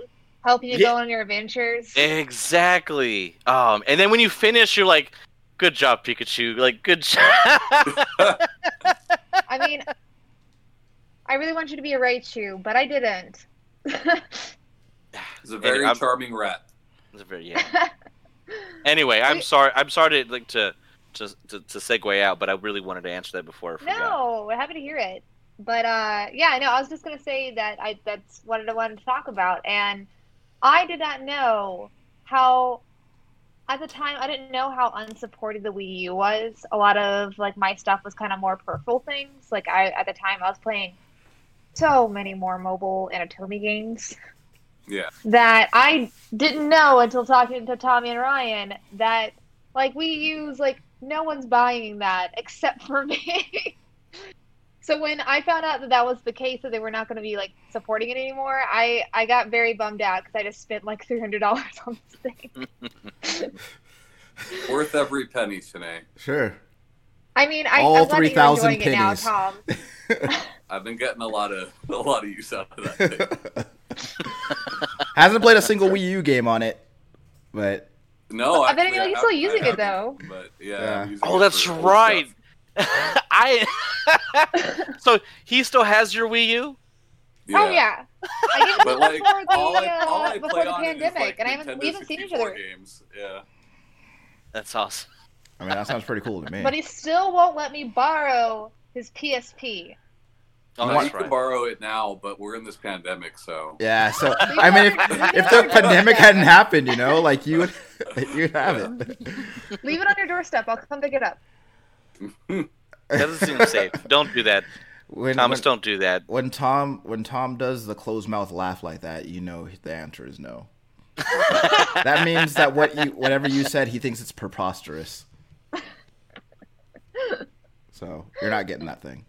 [SPEAKER 1] helping you go on your adventures.
[SPEAKER 4] exactly. Um, and then when you finish, you're like, "Good job, Pikachu!" Like, good job.
[SPEAKER 1] I mean, I really want you to be a Raichu, but I didn't.
[SPEAKER 2] It's a very
[SPEAKER 4] I'm-
[SPEAKER 2] charming rat.
[SPEAKER 4] It's very- yeah. Anyway, I'm
[SPEAKER 1] We-
[SPEAKER 4] sorry. I'm sorry to like to to to, to segue out, but I really wanted to answer that before. I forgot.
[SPEAKER 1] no, we're happy to hear it. But uh, yeah, no, I was just gonna say that I that's what I wanted to talk about, and I did not know how. At the time, I didn't know how unsupported the Wii U was. A lot of like my stuff was kind of more peripheral things. Like I, at the time, I was playing so many more mobile and Atomi games.
[SPEAKER 2] Yeah.
[SPEAKER 1] that I didn't know until talking to Tommy and Ryan that like we use like no one's buying that except for me. so when I found out that that was the case that they were not going to be like supporting it anymore, I I got very bummed out because I just spent like three hundred dollars on this thing.
[SPEAKER 2] Worth every penny, Shanae.
[SPEAKER 3] Sure.
[SPEAKER 1] I mean, I,
[SPEAKER 3] All
[SPEAKER 1] I'm glad that you're
[SPEAKER 3] 3,000
[SPEAKER 1] enjoying it now,
[SPEAKER 3] pennies.
[SPEAKER 1] Tom.
[SPEAKER 2] I've been getting a lot of a lot of use out of that thing.
[SPEAKER 3] Hasn't played a single Wii U game on it, but
[SPEAKER 2] No,
[SPEAKER 1] I bet
[SPEAKER 2] actually,
[SPEAKER 1] you're
[SPEAKER 2] have-
[SPEAKER 1] still
[SPEAKER 2] I
[SPEAKER 1] using it
[SPEAKER 2] haven't,
[SPEAKER 1] though.
[SPEAKER 2] But yeah,
[SPEAKER 3] Yeah.
[SPEAKER 2] I'm using
[SPEAKER 4] Oh,
[SPEAKER 2] it
[SPEAKER 4] that's
[SPEAKER 2] for old
[SPEAKER 4] right.
[SPEAKER 2] stuff.
[SPEAKER 4] I. so he still has your Wii U.
[SPEAKER 1] Oh yeah, I didn't
[SPEAKER 2] But
[SPEAKER 1] but,
[SPEAKER 2] like
[SPEAKER 1] before the,
[SPEAKER 2] all I, all I
[SPEAKER 1] uh, before
[SPEAKER 2] play
[SPEAKER 1] the
[SPEAKER 2] on it is,
[SPEAKER 1] pandemic,
[SPEAKER 2] like,
[SPEAKER 1] and I haven't
[SPEAKER 2] Nintendo
[SPEAKER 1] we haven't seen each other.
[SPEAKER 2] 64 Games. Yeah.
[SPEAKER 4] That's awesome.
[SPEAKER 3] I mean that sounds pretty cool to me.
[SPEAKER 1] But he still won't let me borrow his PSP.
[SPEAKER 4] Oh,
[SPEAKER 2] you
[SPEAKER 4] that's
[SPEAKER 2] can
[SPEAKER 4] right.
[SPEAKER 2] borrow it now, but we're in this pandemic, so
[SPEAKER 3] Yeah, so I mean, if, if the pandemic hadn't happened, you know, like you would, you'd have it.
[SPEAKER 1] Leave it on your doorstep. I'll come pick it up.
[SPEAKER 4] That doesn't seem safe. Don't do that,
[SPEAKER 3] When,
[SPEAKER 4] Thomas.
[SPEAKER 3] when,
[SPEAKER 4] Don't do that.
[SPEAKER 3] when Tom when Tom does the closed mouth laugh like that, you know the answer is no. that means that what you whatever you said, he thinks it's preposterous. So you're not getting that thing.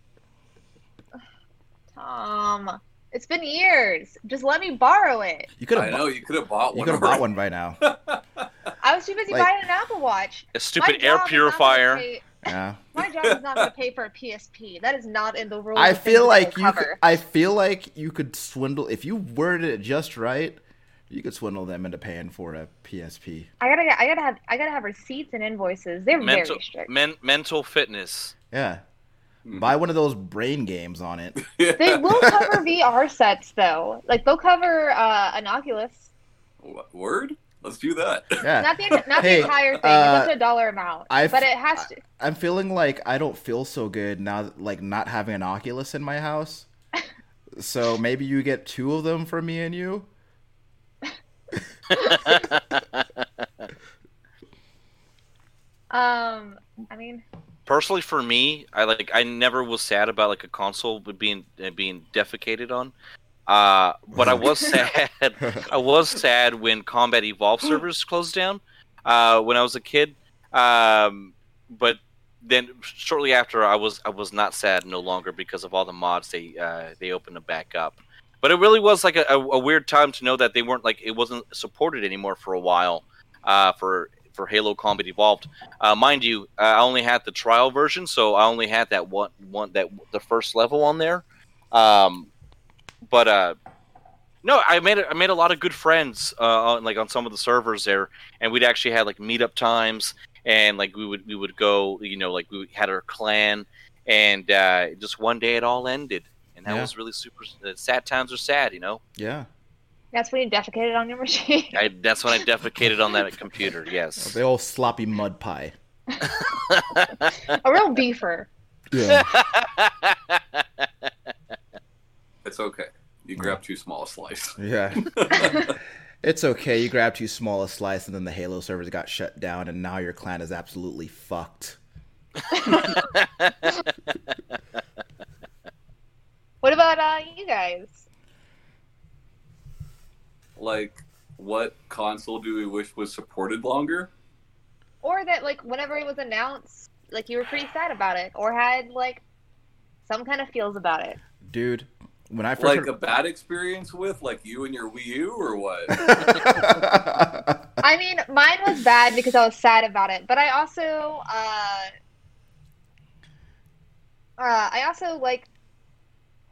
[SPEAKER 1] Tom, it's been years. Just let me borrow it.
[SPEAKER 3] You could
[SPEAKER 2] I
[SPEAKER 3] have
[SPEAKER 2] know
[SPEAKER 3] bought,
[SPEAKER 2] you could have bought
[SPEAKER 3] you
[SPEAKER 2] one.
[SPEAKER 3] could have
[SPEAKER 2] already.
[SPEAKER 3] bought one by now.
[SPEAKER 1] I was too busy
[SPEAKER 3] Like-
[SPEAKER 1] buying an Apple Watch.
[SPEAKER 4] A
[SPEAKER 1] My
[SPEAKER 4] stupid
[SPEAKER 1] job is
[SPEAKER 4] air
[SPEAKER 1] not to
[SPEAKER 4] purifier.
[SPEAKER 1] pay-
[SPEAKER 3] Yeah.
[SPEAKER 1] My job is not to pay for a PSP. That is not in the rules.
[SPEAKER 3] I
[SPEAKER 1] of things
[SPEAKER 3] feel
[SPEAKER 1] that
[SPEAKER 3] like
[SPEAKER 1] they
[SPEAKER 3] you. Could,
[SPEAKER 1] cover.
[SPEAKER 3] I feel like you could swindle if you worded it just right. You could swindle them into paying for a PSP.
[SPEAKER 1] I gotta, get- I gotta have, I gotta have receipts and invoices. They're
[SPEAKER 4] Mental,
[SPEAKER 1] very strict.
[SPEAKER 4] men, mental fitness.
[SPEAKER 3] Yeah,
[SPEAKER 2] Mhm.
[SPEAKER 3] buy one of those brain games on it.
[SPEAKER 1] They will cover VR sets though. Like they'll cover uh, an Oculus.
[SPEAKER 2] Wha- Word? Let's do that.
[SPEAKER 3] Yeah,
[SPEAKER 1] Not the, not
[SPEAKER 3] Hey,
[SPEAKER 1] the entire thing.
[SPEAKER 3] uh,
[SPEAKER 1] it's up to a dollar amount,
[SPEAKER 3] I've-
[SPEAKER 1] but it has to.
[SPEAKER 3] I'm feeling like I don't feel so good now. that- Like not having an Oculus in my house. So maybe you get two of them for me and you.
[SPEAKER 1] Um, I mean,
[SPEAKER 4] Personally, for me, I like. I never was sad about like a console being uh, being defecated on. Uh, but I was sad. I was sad when Combat Evolve servers closed down uh, when I was a kid. Um, but then shortly after, I was I was not sad no longer because of all the mods they uh, they opened them back up. But it really was like a, a, a weird time to know that they weren't like it wasn't supported anymore for a while uh, for for Halo Combat Evolved. Uh, mind you, I only had the trial version, so I only had that one one that the first level on there. Um, but uh, no, I made I made a lot of good friends uh, on like on some of the servers there, and we'd actually had like meetup times, and like we would we would go, you know, like we had our clan, and uh, just one day it all ended, and that
[SPEAKER 3] Yeah.
[SPEAKER 4] was really super. Uh, sad times are sad, you know.
[SPEAKER 3] Yeah,
[SPEAKER 1] that's when you defecated on your machine.
[SPEAKER 4] I, that's when I defecated on that computer. Yes.
[SPEAKER 3] the old sloppy mud pie.
[SPEAKER 1] a real beefer.
[SPEAKER 3] Yeah,
[SPEAKER 2] It's okay. You grab too small a slice.
[SPEAKER 3] yeah. It's okay. You grabbed too small a slice, and then the Halo servers got shut down, and now your clan is absolutely fucked.
[SPEAKER 1] What about uh, you guys?
[SPEAKER 2] Like, what console do we wish was supported longer?
[SPEAKER 1] Or that like whenever it was announced, like you were pretty sad about it, or had like some kind of feels about it.
[SPEAKER 3] Dude, when I first
[SPEAKER 2] Like
[SPEAKER 3] heard-
[SPEAKER 2] a bad experience with, like you and your Wii U, or what?
[SPEAKER 1] I mean, mine was bad because I was sad about it, but I also, uh, uh, I also like,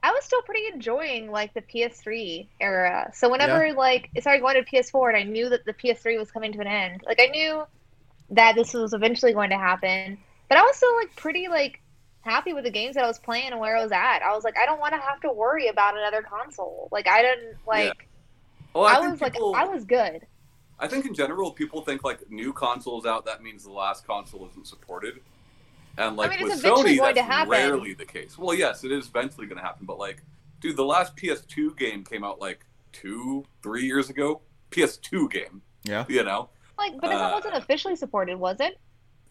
[SPEAKER 1] I was still pretty enjoying like the PS3 era. So whenever like it started going to PS4, and I knew that the PS3 was coming to an end, like I knew that this was eventually going to happen, but I was still like pretty like happy with the games that I was playing and where I was at. I was like, I don't want to have to worry about another console. Like I didn't like.
[SPEAKER 2] Well,
[SPEAKER 1] I,
[SPEAKER 2] think
[SPEAKER 1] was like,
[SPEAKER 2] people-
[SPEAKER 1] I was good.
[SPEAKER 2] I think in general, people think like new consoles out. That means the last console isn't supported, and like
[SPEAKER 1] mean, it's
[SPEAKER 2] with
[SPEAKER 1] eventually
[SPEAKER 2] Sony,
[SPEAKER 1] going to
[SPEAKER 2] that's
[SPEAKER 1] happen.
[SPEAKER 2] rarely the case. Well, yes, it is eventually going to happen, but like, dude, the last PS2 game came out like two, three years ago. PS2 game,
[SPEAKER 3] yeah.
[SPEAKER 2] you know.
[SPEAKER 1] Like, but it
[SPEAKER 2] Uh,
[SPEAKER 1] wasn't officially supported, was it?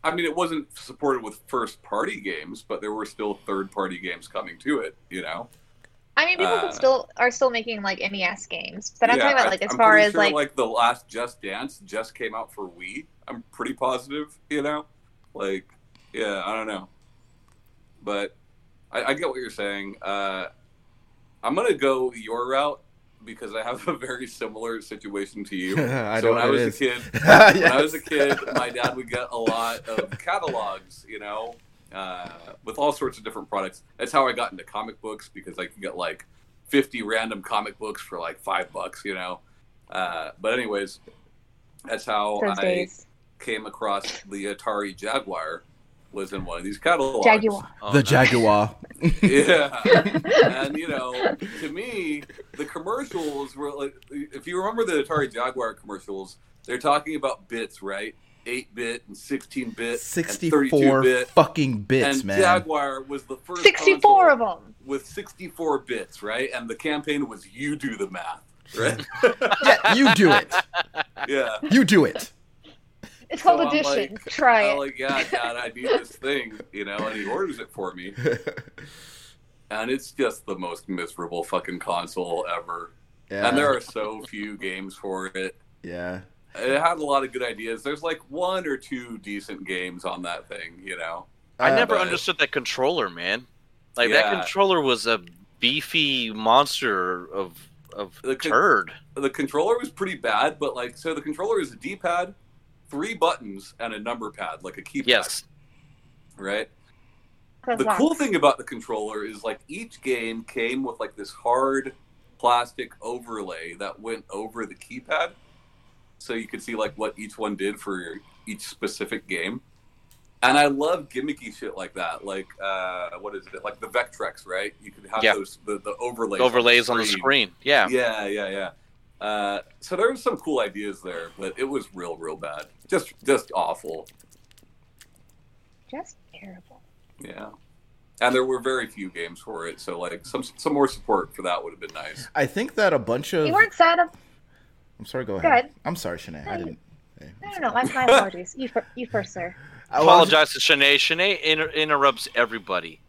[SPEAKER 2] I mean, it wasn't supported with first-party games, but there were still third-party games coming to it, you know.
[SPEAKER 1] I mean, people
[SPEAKER 2] uh,
[SPEAKER 1] could still are still making like NES games, but I'm
[SPEAKER 2] Yeah,
[SPEAKER 1] talking
[SPEAKER 2] I-
[SPEAKER 1] about like as
[SPEAKER 2] I'm
[SPEAKER 1] far
[SPEAKER 2] pretty
[SPEAKER 1] as
[SPEAKER 2] sure,
[SPEAKER 1] like,
[SPEAKER 2] the last Just Dance just came out for Wii. I'm pretty positive, you know, like yeah, I don't know, but I, I get what you're saying. Uh, I'm gonna go your route because I have a very similar situation to you.
[SPEAKER 3] I
[SPEAKER 2] so when
[SPEAKER 3] know what
[SPEAKER 2] I
[SPEAKER 3] it
[SPEAKER 2] was
[SPEAKER 3] is.
[SPEAKER 2] a kid, when I was a kid, my dad would get a lot of catalogs, you know, uh, with all sorts of different products. That's how I got into comic books because I could get like 50 random comic books for like five bucks, you know. Uh, but, anyways, that's how
[SPEAKER 1] those
[SPEAKER 2] I
[SPEAKER 1] days.
[SPEAKER 2] came across the Atari Jaguar, was in one of these catalogs.
[SPEAKER 1] Jaguar.
[SPEAKER 4] Oh,
[SPEAKER 3] the
[SPEAKER 4] no.
[SPEAKER 3] Jaguar.
[SPEAKER 2] Yeah. and, you know, to me, the commercials were like, if you remember the Atari Jaguar commercials, they're talking about bits, right? 8 bit and 16 bit,
[SPEAKER 3] 64
[SPEAKER 2] bit.
[SPEAKER 3] fucking bits,
[SPEAKER 2] and
[SPEAKER 3] man.
[SPEAKER 2] Jaguar was the first
[SPEAKER 1] 64
[SPEAKER 2] console
[SPEAKER 1] of them.
[SPEAKER 2] with 64 bits, right? And the campaign was you do the math, right?
[SPEAKER 3] yeah, you do it.
[SPEAKER 2] yeah.
[SPEAKER 3] You do it.
[SPEAKER 1] It's
[SPEAKER 2] So
[SPEAKER 1] called
[SPEAKER 2] I'm
[SPEAKER 1] Addition.
[SPEAKER 2] like-
[SPEAKER 1] Try
[SPEAKER 2] I'm
[SPEAKER 1] it.
[SPEAKER 2] like, yeah, Dad, I need this thing, you know, and he orders it for me. And it's just the most miserable fucking console ever.
[SPEAKER 3] yeah.
[SPEAKER 2] And there are so few games for it.
[SPEAKER 3] yeah.
[SPEAKER 2] It had a lot of good ideas. There's like one or two decent games on that thing, you know.
[SPEAKER 4] I
[SPEAKER 3] Uh,
[SPEAKER 4] never
[SPEAKER 2] but-
[SPEAKER 4] understood that controller, man. Like that
[SPEAKER 2] Yeah.
[SPEAKER 4] controller was a beefy monster of of
[SPEAKER 2] The con-
[SPEAKER 4] turd.
[SPEAKER 2] The controller was pretty bad, but like, so the controller is a D pad, three buttons, and a number pad, like a keypad.
[SPEAKER 4] Yes,
[SPEAKER 2] Right?
[SPEAKER 1] Cause
[SPEAKER 2] the
[SPEAKER 1] why?
[SPEAKER 2] cool thing about the controller is like each game came with like this hard plastic overlay that went over the keypad so you could see like what each one did for each specific game and i love gimmicky shit like that like uh what is it like the vectrex right you could have
[SPEAKER 4] Yeah.
[SPEAKER 2] those the, the overlays on the
[SPEAKER 4] overlays on the screen. Yeah.
[SPEAKER 2] yeah yeah yeah uh, so there were some cool ideas there but it was real real bad just just awful
[SPEAKER 1] Just terrible.
[SPEAKER 2] Yeah. And there were very few games for it, so like some some more support for that would have been nice.
[SPEAKER 3] I think that a bunch of.
[SPEAKER 1] You weren't sad of.
[SPEAKER 3] I'm sorry, go ahead.
[SPEAKER 1] Go ahead.
[SPEAKER 3] I'm sorry, Shanae. I didn't. Hey,
[SPEAKER 1] No, no, no. My, my apologies. You, fir- you first, sir.
[SPEAKER 3] I was-
[SPEAKER 4] Apologize to Shanae. Shanae inter- interrupts everybody.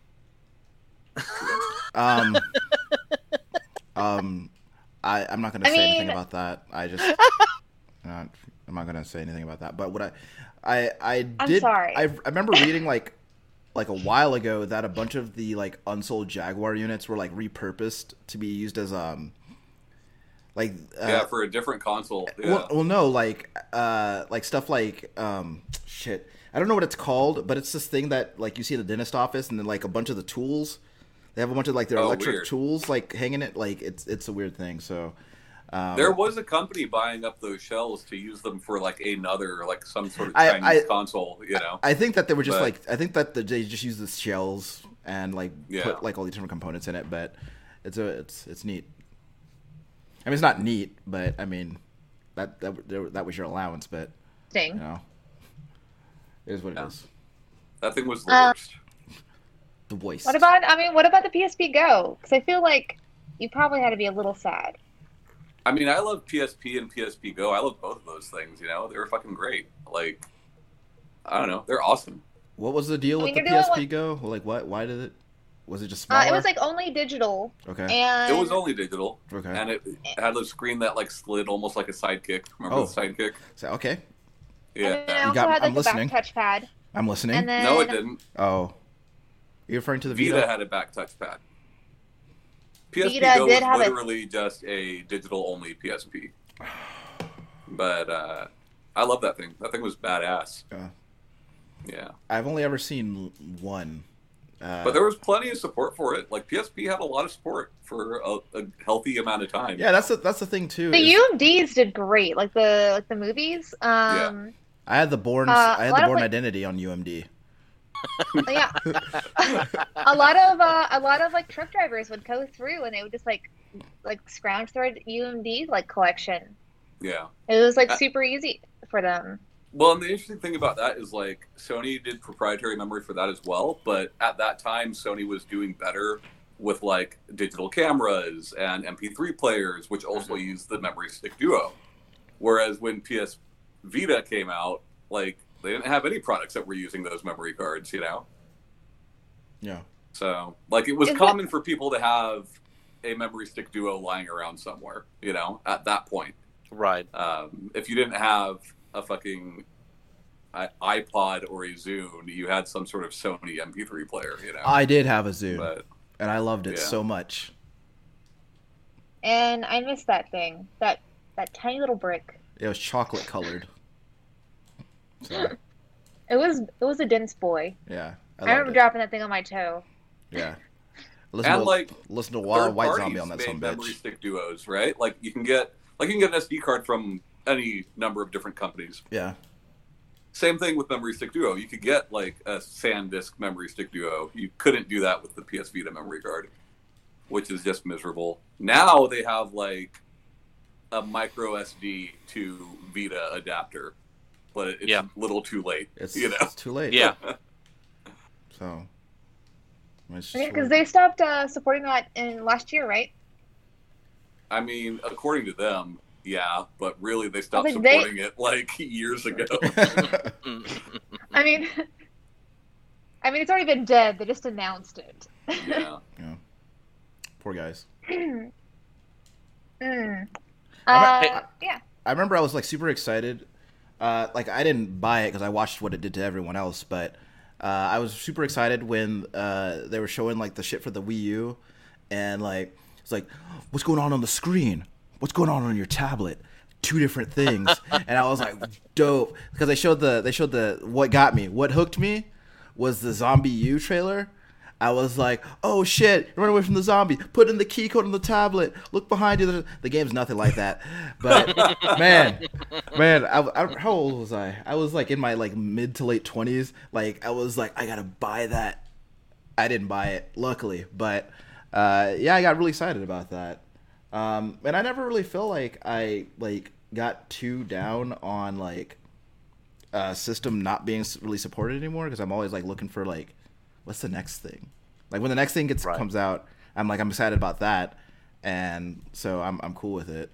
[SPEAKER 3] Um, um, I, I'm not going to
[SPEAKER 1] I
[SPEAKER 3] say anything
[SPEAKER 1] mean-
[SPEAKER 3] about that. I just, not, I'm not going to say anything about that. But what I, I, I
[SPEAKER 1] I'm
[SPEAKER 3] did.
[SPEAKER 1] sorry.
[SPEAKER 3] I, I remember reading like, like a while ago that a bunch of the like unsold Jaguar units were like repurposed to be used as um, like uh,
[SPEAKER 2] yeah, for a different console. Yeah.
[SPEAKER 3] well, well, no, like, uh, like stuff like, um, shit. I don't know what it's called, but it's this thing that like you see at the dentist office, and then like a bunch of the tools. They have a bunch of like their
[SPEAKER 2] Oh,
[SPEAKER 3] electric
[SPEAKER 2] weird.
[SPEAKER 3] tools like hanging it. Like it's it's a weird thing. So um,
[SPEAKER 2] there was a company buying up those shells to use them for like another like some sort of
[SPEAKER 3] I-
[SPEAKER 2] Chinese
[SPEAKER 3] I-
[SPEAKER 2] console, you know.
[SPEAKER 3] I think that they were just
[SPEAKER 2] Oh. but-
[SPEAKER 3] like I think that the, they just use the shells and like
[SPEAKER 2] Yeah.
[SPEAKER 3] put like all these different components in it. But it's a it's it's neat. I mean, it's not neat, but I mean, that that that was your allowance, but you
[SPEAKER 1] Ding.
[SPEAKER 3] know, it is what
[SPEAKER 2] Yeah.
[SPEAKER 3] it is.
[SPEAKER 2] that thing was the
[SPEAKER 1] Uh,
[SPEAKER 2] worst.
[SPEAKER 3] The voice.
[SPEAKER 1] What about? I mean, what about the PSP Go? Because I feel like you probably had to be a little sad. Uh,
[SPEAKER 2] I mean, I love PSP and PSP Go. I love both of those things, you know. They were fucking great. Like I don't know, they're awesome.
[SPEAKER 3] What was the deal
[SPEAKER 1] I
[SPEAKER 3] with
[SPEAKER 1] mean,
[SPEAKER 3] the
[SPEAKER 1] you're doing
[SPEAKER 3] PSP
[SPEAKER 1] what-
[SPEAKER 3] Go? Well, like, what? Why did it? Was it just smaller?
[SPEAKER 1] Uh, it was like only digital,
[SPEAKER 3] okay,
[SPEAKER 1] and
[SPEAKER 2] It was only digital.
[SPEAKER 3] okay,
[SPEAKER 2] And it had a screen that like slid almost like a sidekick. Remember
[SPEAKER 3] Oh.
[SPEAKER 2] the sidekick?
[SPEAKER 3] so, okay.
[SPEAKER 1] and then I
[SPEAKER 2] Yeah.
[SPEAKER 1] also
[SPEAKER 3] got-
[SPEAKER 1] had like
[SPEAKER 3] I'm
[SPEAKER 1] the
[SPEAKER 3] listening.
[SPEAKER 1] back touchpad,
[SPEAKER 3] I'm listening.
[SPEAKER 1] and then
[SPEAKER 2] No, it didn't.
[SPEAKER 3] oh, you're referring to the Vita?
[SPEAKER 2] Vita had a back touchpad. PSP
[SPEAKER 1] Vita
[SPEAKER 2] Go
[SPEAKER 1] did
[SPEAKER 2] was
[SPEAKER 1] have a-
[SPEAKER 2] literally just a digital only PSP. But uh, I love that thing. That thing was badass.
[SPEAKER 3] Yeah.
[SPEAKER 2] Yeah.
[SPEAKER 3] I've only ever seen one. Uh,
[SPEAKER 2] But there was plenty of support for it. Like PSP had a lot of support for a, a healthy amount of time.
[SPEAKER 3] yeah, that's the, that's the thing too.
[SPEAKER 1] The
[SPEAKER 3] is
[SPEAKER 1] UMDs did great, like the like the movies. Um,
[SPEAKER 3] I had the born
[SPEAKER 1] Uh, a
[SPEAKER 3] I had
[SPEAKER 1] lot
[SPEAKER 3] the
[SPEAKER 1] of,
[SPEAKER 3] born
[SPEAKER 1] like-
[SPEAKER 3] identity on UMD.
[SPEAKER 1] yeah, a lot of uh, a lot of like truck drivers would go through, and they would just like like scrounge through a UMD like collection.
[SPEAKER 2] Yeah.
[SPEAKER 1] It was like
[SPEAKER 2] Uh,
[SPEAKER 1] super easy for them.
[SPEAKER 2] Well, and the interesting thing about that is like Sony did proprietary memory for that as well, but at that time Sony was doing better with like digital cameras and MP3 players, which also used the memory stick duo. Whereas when PS Vita came out, like they didn't have any products that were using those memory cards, you know.
[SPEAKER 3] Yeah.
[SPEAKER 2] So like it was
[SPEAKER 1] Is it-
[SPEAKER 2] common for people to have a memory stick duo lying around somewhere, you know, at that point
[SPEAKER 4] Right.
[SPEAKER 2] um, if you didn't have a fucking i- iPod or a Zune, you had some sort of Sony MP3 player, you know.
[SPEAKER 3] I did have a Zoom,
[SPEAKER 2] but
[SPEAKER 3] and I loved it
[SPEAKER 2] yeah.
[SPEAKER 3] so much.
[SPEAKER 1] And I miss that thing, that that tiny little brick.
[SPEAKER 3] It was chocolate colored. Sorry.
[SPEAKER 1] It was it was a dense boy.
[SPEAKER 3] Yeah, I,
[SPEAKER 1] I,
[SPEAKER 3] loved
[SPEAKER 1] remember
[SPEAKER 3] it.
[SPEAKER 1] dropping that thing on my toe.
[SPEAKER 3] Yeah. Listen
[SPEAKER 2] And,
[SPEAKER 3] to
[SPEAKER 2] like,
[SPEAKER 3] listen to Wild
[SPEAKER 2] third
[SPEAKER 3] White
[SPEAKER 2] parties
[SPEAKER 3] Zombie on that
[SPEAKER 2] made
[SPEAKER 3] some
[SPEAKER 2] memory
[SPEAKER 3] bitch.
[SPEAKER 2] stick duos, right? Like you can get like you can get an SD card from any number of different companies.
[SPEAKER 3] Yeah.
[SPEAKER 2] Same thing with memory stick duo. You could get like a SanDisk memory stick duo. You couldn't do that with the PS Vita memory card, which is just miserable. Now they have like a micro SD to Vita adapter. but it's
[SPEAKER 4] Yeah.
[SPEAKER 2] a little too late.
[SPEAKER 3] It's,
[SPEAKER 2] you know,
[SPEAKER 3] it's too late.
[SPEAKER 4] Yeah.
[SPEAKER 3] So. it's just
[SPEAKER 1] Because
[SPEAKER 3] weird.
[SPEAKER 1] they stopped uh, supporting that in last year, right?
[SPEAKER 2] I mean, according to them, yeah, but really they stopped
[SPEAKER 1] think they-
[SPEAKER 2] supporting it like years ago.
[SPEAKER 1] I mean, I mean, it's already been dead. They just announced it.
[SPEAKER 2] yeah,
[SPEAKER 3] yeah. Poor guys.
[SPEAKER 1] Mm.
[SPEAKER 3] I'm
[SPEAKER 1] Uh, yeah.
[SPEAKER 3] I remember I was like super excited. Uh, like I didn't buy it because I watched what it did to everyone else, but uh, I was super excited when uh, they were showing like the shit for the Wii U, and like it's like, what's going on on the screen? What's going on on your tablet? Two different things, and I was like, dope, because they showed the they showed the what got me, what hooked me, was the Zombie U trailer. I was like, oh shit, run away from the zombie, put in the key code on the tablet, look behind you. The, the game's nothing like that. But man, man, I, I- how old was I? I was like in my like mid to late 20s. Like, I was like, I gotta buy that. I didn't buy it, luckily. But uh, yeah, I got really excited about that. Um, and I never really feel like I like got too down on like uh, system not being s- really supported anymore because I'm always like looking for like what's the next thing like when the next thing gets
[SPEAKER 4] Right.
[SPEAKER 3] comes out I'm like I'm excited about that and so I'm I'm cool with it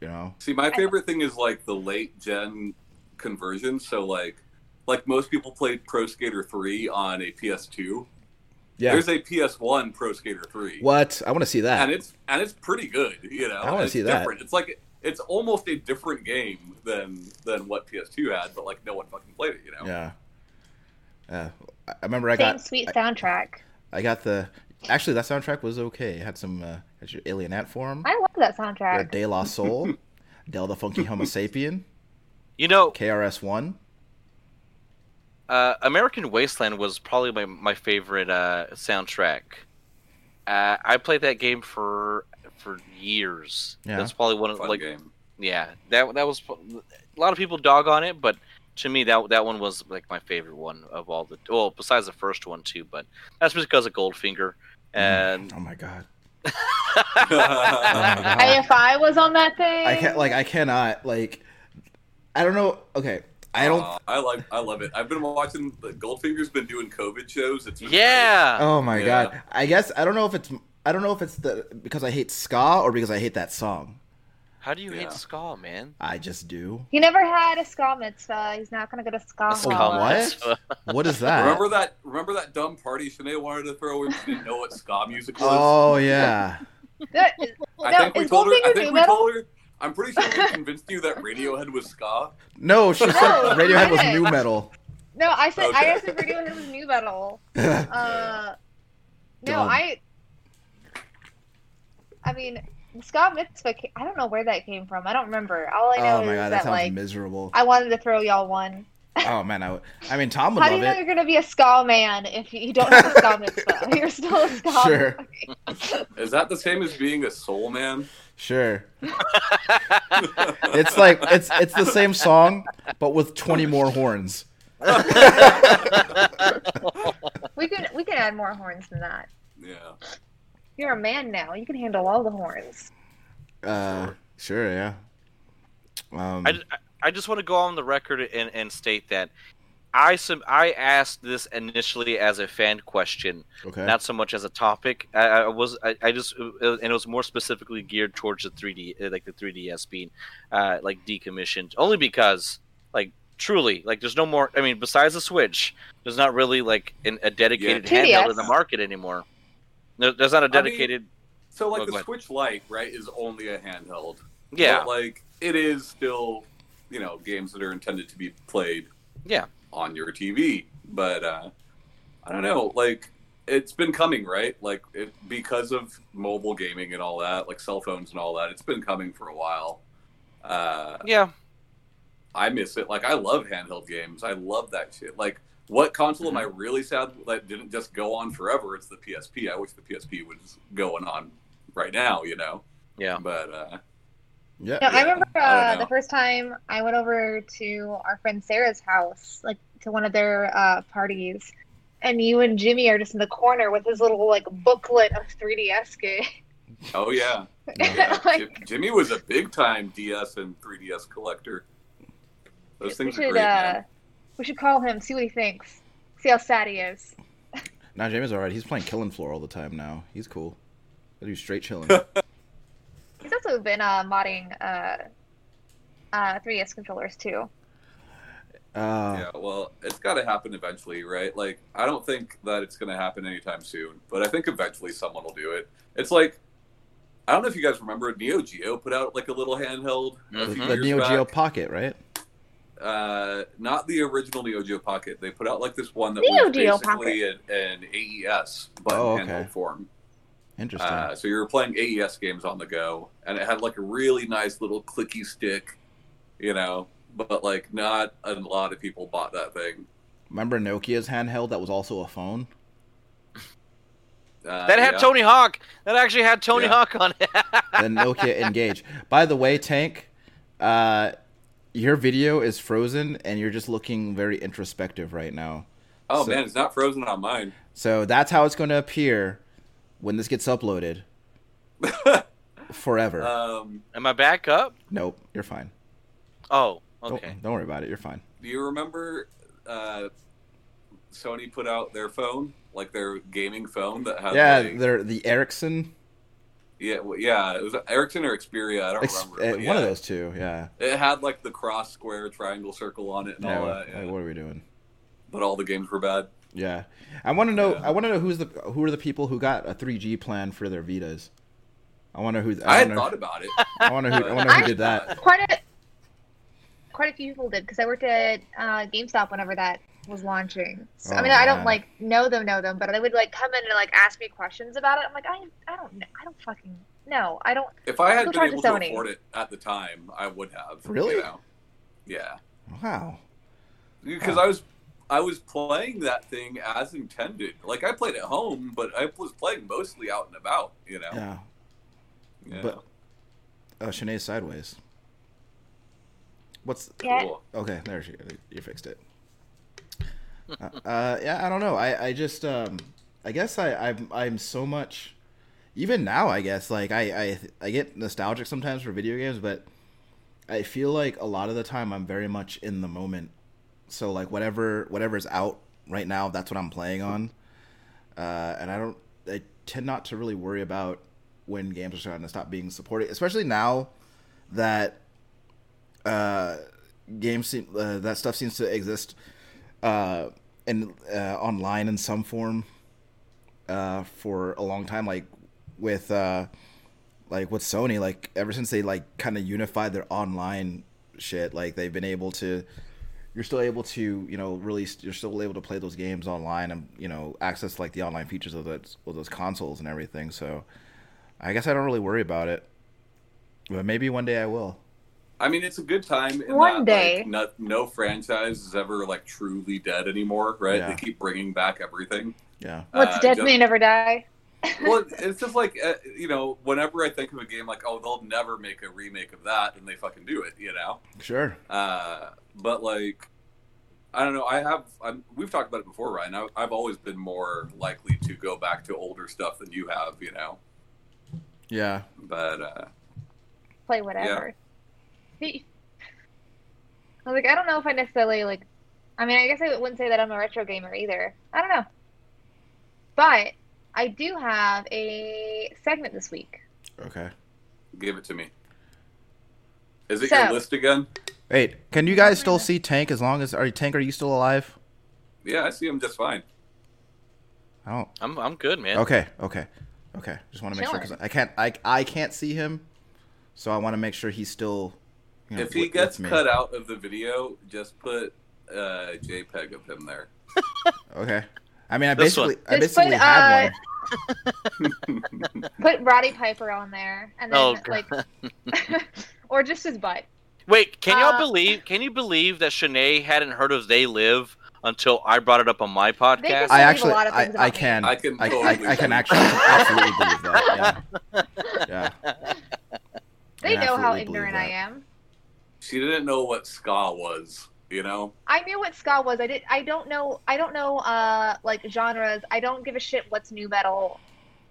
[SPEAKER 3] you know
[SPEAKER 2] See, my favorite thing is like the late gen conversion. So like, like most people played Pro Skater three on a PS2. There's a PS1 Pro Skater three,
[SPEAKER 3] what I want to see that
[SPEAKER 2] and it's and it's pretty good. You know,
[SPEAKER 3] I wanna
[SPEAKER 2] And it's
[SPEAKER 3] see that.
[SPEAKER 2] Different. It's like it's almost a different game than than what PS2 had, but like no one fucking played it. You know.
[SPEAKER 3] yeah yeah I I remember I
[SPEAKER 1] Same
[SPEAKER 3] got
[SPEAKER 1] sweet soundtrack.
[SPEAKER 3] I got the actually that soundtrack was okay it had some uh, had your Alien Ant form
[SPEAKER 1] I love that
[SPEAKER 3] your
[SPEAKER 1] soundtrack.
[SPEAKER 3] De La Soul Del the Funky Homo Sapien
[SPEAKER 4] You know,
[SPEAKER 3] KRS One
[SPEAKER 4] uh, American Wasteland was probably my, my favorite uh, soundtrack. Uh, I played that game for for years.
[SPEAKER 3] Yeah.
[SPEAKER 4] That's probably one of
[SPEAKER 2] Fun
[SPEAKER 4] like
[SPEAKER 2] game.
[SPEAKER 4] yeah that that was a lot of people dog on it, but to me that that one was like my favorite one of all the well besides the first one too. But that's just because of Goldfinger and
[SPEAKER 3] oh my god Oh
[SPEAKER 1] AFI was on that thing.
[SPEAKER 3] I can't like I cannot like I don't know okay I don't
[SPEAKER 2] Aw, Uh, I like. I love it. I've been watching. the Goldfinger's been doing COVID shows. It's been
[SPEAKER 4] yeah.
[SPEAKER 3] Oh my
[SPEAKER 2] Yeah.
[SPEAKER 3] god! I guess I don't know if it's I don't know if it's the because I hate ska or because I hate that song.
[SPEAKER 4] How do you
[SPEAKER 2] Yeah.
[SPEAKER 4] hate Ska, man?
[SPEAKER 3] I just do.
[SPEAKER 1] He never had a ska mitzvah. He's not gonna go to ska.
[SPEAKER 4] A ska
[SPEAKER 1] hall.
[SPEAKER 4] mitzvah.
[SPEAKER 3] What? what is that?
[SPEAKER 2] Remember that? Remember that dumb party Shanae wanted to throw in? She didn't know what ska music was.
[SPEAKER 3] Oh yeah.
[SPEAKER 1] That- is-
[SPEAKER 2] I
[SPEAKER 3] Oh.
[SPEAKER 1] now,
[SPEAKER 2] think we
[SPEAKER 1] is
[SPEAKER 2] told her. I
[SPEAKER 1] Goldfinger
[SPEAKER 2] think
[SPEAKER 1] new
[SPEAKER 2] we
[SPEAKER 1] metal?
[SPEAKER 2] told her. I'm pretty sure we convinced you that Radiohead was ska.
[SPEAKER 3] No, she said
[SPEAKER 1] No,
[SPEAKER 3] Radiohead was
[SPEAKER 1] okay.
[SPEAKER 3] new metal.
[SPEAKER 1] No, I said I
[SPEAKER 2] Okay.
[SPEAKER 1] asked if Radiohead was new metal. Uh, no,
[SPEAKER 3] Dumb.
[SPEAKER 1] I. I mean, ska mitzvah. ca- I don't know where that came from. I don't remember. All I know
[SPEAKER 3] oh my
[SPEAKER 1] is
[SPEAKER 3] god, that
[SPEAKER 1] that
[SPEAKER 3] sounds
[SPEAKER 1] like
[SPEAKER 3] miserable.
[SPEAKER 1] I wanted to throw y'all one.
[SPEAKER 3] oh man, I, would- I mean Tom would
[SPEAKER 1] How do you
[SPEAKER 3] love
[SPEAKER 1] know
[SPEAKER 3] it.
[SPEAKER 1] you're gonna be a ska man if you don't have a ska mitzvah? You're still a ska.
[SPEAKER 3] Sure,
[SPEAKER 2] Is that the same as being a soul man?
[SPEAKER 3] sure. It's like it's it's the same song, but with twenty more horns.
[SPEAKER 1] We can we can add more horns than that.
[SPEAKER 2] Yeah.
[SPEAKER 1] You're a man now. You can handle all the horns.
[SPEAKER 3] Uh, sure, yeah. Um,
[SPEAKER 4] I, ju- I- I just want to go on the record and, and state that I sub- I asked this initially as a fan question,
[SPEAKER 3] okay.
[SPEAKER 4] not so much as a topic. I, I was I, I just and it was more specifically geared towards the 3D uh, like the 3DS being uh, like decommissioned only because like truly like there's no more I mean besides the Switch there's not really like an, a dedicated
[SPEAKER 1] Yeah.
[SPEAKER 4] handheld in
[SPEAKER 1] 3DS.
[SPEAKER 4] the market anymore. There, there's not a dedicated
[SPEAKER 2] So like
[SPEAKER 4] Oh,
[SPEAKER 2] the
[SPEAKER 4] what?
[SPEAKER 2] Switch Lite, right, is only a handheld.
[SPEAKER 4] yeah
[SPEAKER 2] But, like it is still, you know, games that are intended to be played.
[SPEAKER 4] Yeah.
[SPEAKER 2] On your TV, but uh, I don't know. Like it's been coming, right? Like it, because of mobile gaming and all that, like cell phones and all that, it's been coming for a while. Uh,
[SPEAKER 4] yeah
[SPEAKER 2] I miss it. Like I love handheld games. I love that shit. Like what console am I
[SPEAKER 1] Mm-hmm.
[SPEAKER 2] really sad that didn't just go on forever? It's the PSP. I wish the PSP was going on right now. You know.
[SPEAKER 4] yeah
[SPEAKER 2] But uh,
[SPEAKER 3] yeah.
[SPEAKER 1] No, I
[SPEAKER 2] Yeah,
[SPEAKER 1] remember
[SPEAKER 2] I don't
[SPEAKER 1] uh,
[SPEAKER 2] know.
[SPEAKER 1] the first time I went over to our friend Sarah's house, like to one of their uh, parties, and you and Jimmy are just in the corner with his little like booklet of 3DS games.
[SPEAKER 2] oh yeah.
[SPEAKER 3] No.
[SPEAKER 2] Yeah,
[SPEAKER 1] Like-
[SPEAKER 2] Jim- Jimmy was a big time DS and 3DS collector. Those
[SPEAKER 1] we
[SPEAKER 2] things
[SPEAKER 1] should
[SPEAKER 2] are great.
[SPEAKER 1] uh,
[SPEAKER 2] man.
[SPEAKER 1] we should call him, see what he thinks, see how sad he is.
[SPEAKER 3] Now Jamie's alright. He's playing Killing Floor all the time now. He's cool. He's straight chilling.
[SPEAKER 1] He's also been uh, modding uh, uh, 3DS controllers too.
[SPEAKER 3] Uh,
[SPEAKER 2] yeah,
[SPEAKER 4] Oh.
[SPEAKER 2] well, it's got to happen eventually, right? Like, I don't think that it's going to happen anytime soon, but I think eventually someone will do it. It's like, I don't know if you guys remember, Neo Geo put out like a little handheld. a
[SPEAKER 4] Mhm.
[SPEAKER 2] few
[SPEAKER 3] The
[SPEAKER 2] years
[SPEAKER 3] Neo Geo
[SPEAKER 2] back.
[SPEAKER 3] Pocket, right?
[SPEAKER 2] Uh, not the original Neo Geo Pocket. They put out like this one that
[SPEAKER 1] Neo
[SPEAKER 2] was
[SPEAKER 1] Geo
[SPEAKER 2] basically an, an AES, but
[SPEAKER 3] Oh,
[SPEAKER 2] in
[SPEAKER 3] okay.
[SPEAKER 2] handheld form.
[SPEAKER 3] Interesting.
[SPEAKER 2] Uh, so you were playing AES games on the go, and it had like a really nice little clicky stick, you know. But like, not a lot of people bought that thing.
[SPEAKER 3] Remember Nokia's handheld that was also a phone?
[SPEAKER 2] Uh,
[SPEAKER 4] That had
[SPEAKER 2] yeah.
[SPEAKER 4] Tony Hawk. That actually had Tony
[SPEAKER 2] Yeah.
[SPEAKER 4] Hawk on it.
[SPEAKER 3] The Nokia Engage. By the way, Tank, uh, your video is frozen and you're just looking very introspective right now.
[SPEAKER 2] Oh
[SPEAKER 3] So-
[SPEAKER 2] man, it's not frozen on mine.
[SPEAKER 3] So that's how it's going to appear when this gets uploaded. Forever.
[SPEAKER 2] Um,
[SPEAKER 4] Am I back up?
[SPEAKER 3] nope, you're fine.
[SPEAKER 4] Oh,
[SPEAKER 3] Don't-
[SPEAKER 4] okay.
[SPEAKER 3] Don't, worry about it. You're fine.
[SPEAKER 2] do you remember uh, Sony put out their phone, like their gaming phone that had?
[SPEAKER 3] yeah,
[SPEAKER 2] like-
[SPEAKER 3] they're the Ericsson,
[SPEAKER 2] yeah, well, yeah. It was Ericsson or Xperia. I don't
[SPEAKER 3] ex-
[SPEAKER 2] remember.
[SPEAKER 3] uh,
[SPEAKER 2] but
[SPEAKER 3] one of
[SPEAKER 2] yeah.
[SPEAKER 3] those two. Yeah.
[SPEAKER 2] It had like the cross, square, triangle, circle on it, and
[SPEAKER 3] yeah
[SPEAKER 2] all
[SPEAKER 3] what-
[SPEAKER 2] that. yeah.
[SPEAKER 3] like, what are we doing?
[SPEAKER 2] But all the games were bad.
[SPEAKER 3] Yeah, I want to know.
[SPEAKER 2] Yeah.
[SPEAKER 3] I want to know who's the who are the people who got a 3G plan for their Vitas. I want to know who.
[SPEAKER 2] I,
[SPEAKER 3] I,
[SPEAKER 2] had
[SPEAKER 3] wanna,
[SPEAKER 2] thought about it.
[SPEAKER 3] I want to who. I want to who did that.
[SPEAKER 1] Quite a quite a few people did because I worked at uh, GameStop whenever that was launching. So, I
[SPEAKER 3] Oh,
[SPEAKER 1] mean, I don't
[SPEAKER 3] man.
[SPEAKER 1] like know them, know them, but they would like come in and like ask me questions about it. I'm like, I I don't know, I don't fucking know. I don't.
[SPEAKER 2] If I had
[SPEAKER 1] Go
[SPEAKER 2] been
[SPEAKER 1] talk to
[SPEAKER 2] able to
[SPEAKER 1] Sony.
[SPEAKER 2] afford it at the time, I would have. you
[SPEAKER 3] Really?
[SPEAKER 2] know? Yeah,
[SPEAKER 3] Wow.
[SPEAKER 2] because
[SPEAKER 3] Huh.
[SPEAKER 2] I was I was playing that thing as intended. Like I played at home, but I was playing mostly out and about. You know.
[SPEAKER 3] Yeah,
[SPEAKER 2] Yeah.
[SPEAKER 3] but uh, Shanae's sideways. What's
[SPEAKER 1] Yeah.
[SPEAKER 2] Cool.
[SPEAKER 3] okay? There she. You fixed it. Uh, uh, yeah, I don't know. I I just um, I guess I I'm I'm so much. Even now, I guess like I I I get nostalgic sometimes for video games, but I feel like a lot of the time I'm very much in the moment. So like whatever whatever's out right now, that's what I'm playing on. Uh, and I don't I tend not to really worry about when games are starting to stop being supported, especially now that uh, games seem, uh, that stuff seems to exist uh, in uh, online in some form uh, for a long time. Like with uh, like with Sony, like ever since they like kind of unified their online shit, like they've been able to. You're still able to, you know, release. You're still able to play those games online, and you know, access like the online features of those of those consoles and everything. So, I guess I don't really worry about it, but maybe one day I will.
[SPEAKER 2] I mean, it's a good time. In
[SPEAKER 1] One
[SPEAKER 2] that,
[SPEAKER 1] day.
[SPEAKER 2] like, no, no franchise is ever like truly dead anymore, right?
[SPEAKER 3] Yeah.
[SPEAKER 2] They keep bringing back everything.
[SPEAKER 3] Yeah.
[SPEAKER 1] What's
[SPEAKER 2] Uh,
[SPEAKER 1] dead
[SPEAKER 2] just-
[SPEAKER 1] may never die.
[SPEAKER 2] well, it's just like uh, you know, whenever I think of a game, like oh, they'll never make a remake of that, and they fucking do it, you know.
[SPEAKER 3] Sure.
[SPEAKER 2] Uh, but like, I don't know. I have. I'm, we've talked about it before, Ryan. I, I've always been more likely to go back to older stuff than you have, you know.
[SPEAKER 3] Yeah.
[SPEAKER 2] But uh,
[SPEAKER 1] play whatever. I was like, I don't know if I necessarily like. I mean, I guess I wouldn't say that I'm a retro gamer either. I don't know, but I do have a segment this week.
[SPEAKER 3] Okay.
[SPEAKER 2] give it to me. Is it
[SPEAKER 1] So-
[SPEAKER 2] your list again?
[SPEAKER 3] Wait, can you guys still see Tank as long as are Tank are you still alive?
[SPEAKER 2] Yeah, I see him just fine.
[SPEAKER 3] I don't
[SPEAKER 4] I'm I'm good, man.
[SPEAKER 3] Okay, okay. Okay. Just want to make sure cuz
[SPEAKER 1] Chilling.
[SPEAKER 3] I can't I I can't see him. So I want to make sure he's still you know,
[SPEAKER 2] if he
[SPEAKER 3] with-
[SPEAKER 2] gets
[SPEAKER 3] with me.
[SPEAKER 2] cut out of the video, just put uh, JPEG of him there.
[SPEAKER 3] Okay. I mean, I
[SPEAKER 4] This one.
[SPEAKER 3] basically I
[SPEAKER 1] Just
[SPEAKER 3] basically
[SPEAKER 1] put,
[SPEAKER 3] had
[SPEAKER 1] uh,
[SPEAKER 3] one.
[SPEAKER 1] Put Roddy Piper on there, and then
[SPEAKER 4] Oh,
[SPEAKER 1] like, or just his butt.
[SPEAKER 4] Wait, can y'all
[SPEAKER 1] Uh,
[SPEAKER 4] believe? Can you believe that Shanae hadn't heard of They Live until I brought it up on my podcast?
[SPEAKER 1] just-
[SPEAKER 3] I
[SPEAKER 1] believe a
[SPEAKER 3] actually
[SPEAKER 1] lot of
[SPEAKER 3] I,
[SPEAKER 1] things about
[SPEAKER 3] I
[SPEAKER 1] me.
[SPEAKER 3] can
[SPEAKER 2] I can
[SPEAKER 3] I,
[SPEAKER 2] totally
[SPEAKER 3] I, I can
[SPEAKER 2] believe-
[SPEAKER 3] actually absolutely believe that. Yeah. Yeah.
[SPEAKER 1] They
[SPEAKER 3] I
[SPEAKER 1] know how
[SPEAKER 3] absolutely believe
[SPEAKER 1] ignorant I
[SPEAKER 3] that.
[SPEAKER 1] am.
[SPEAKER 2] She didn't know what ska was, you know.
[SPEAKER 1] I knew what ska was. I did. I don't know. I don't know. Uh, like genres. I don't give a shit what's new metal.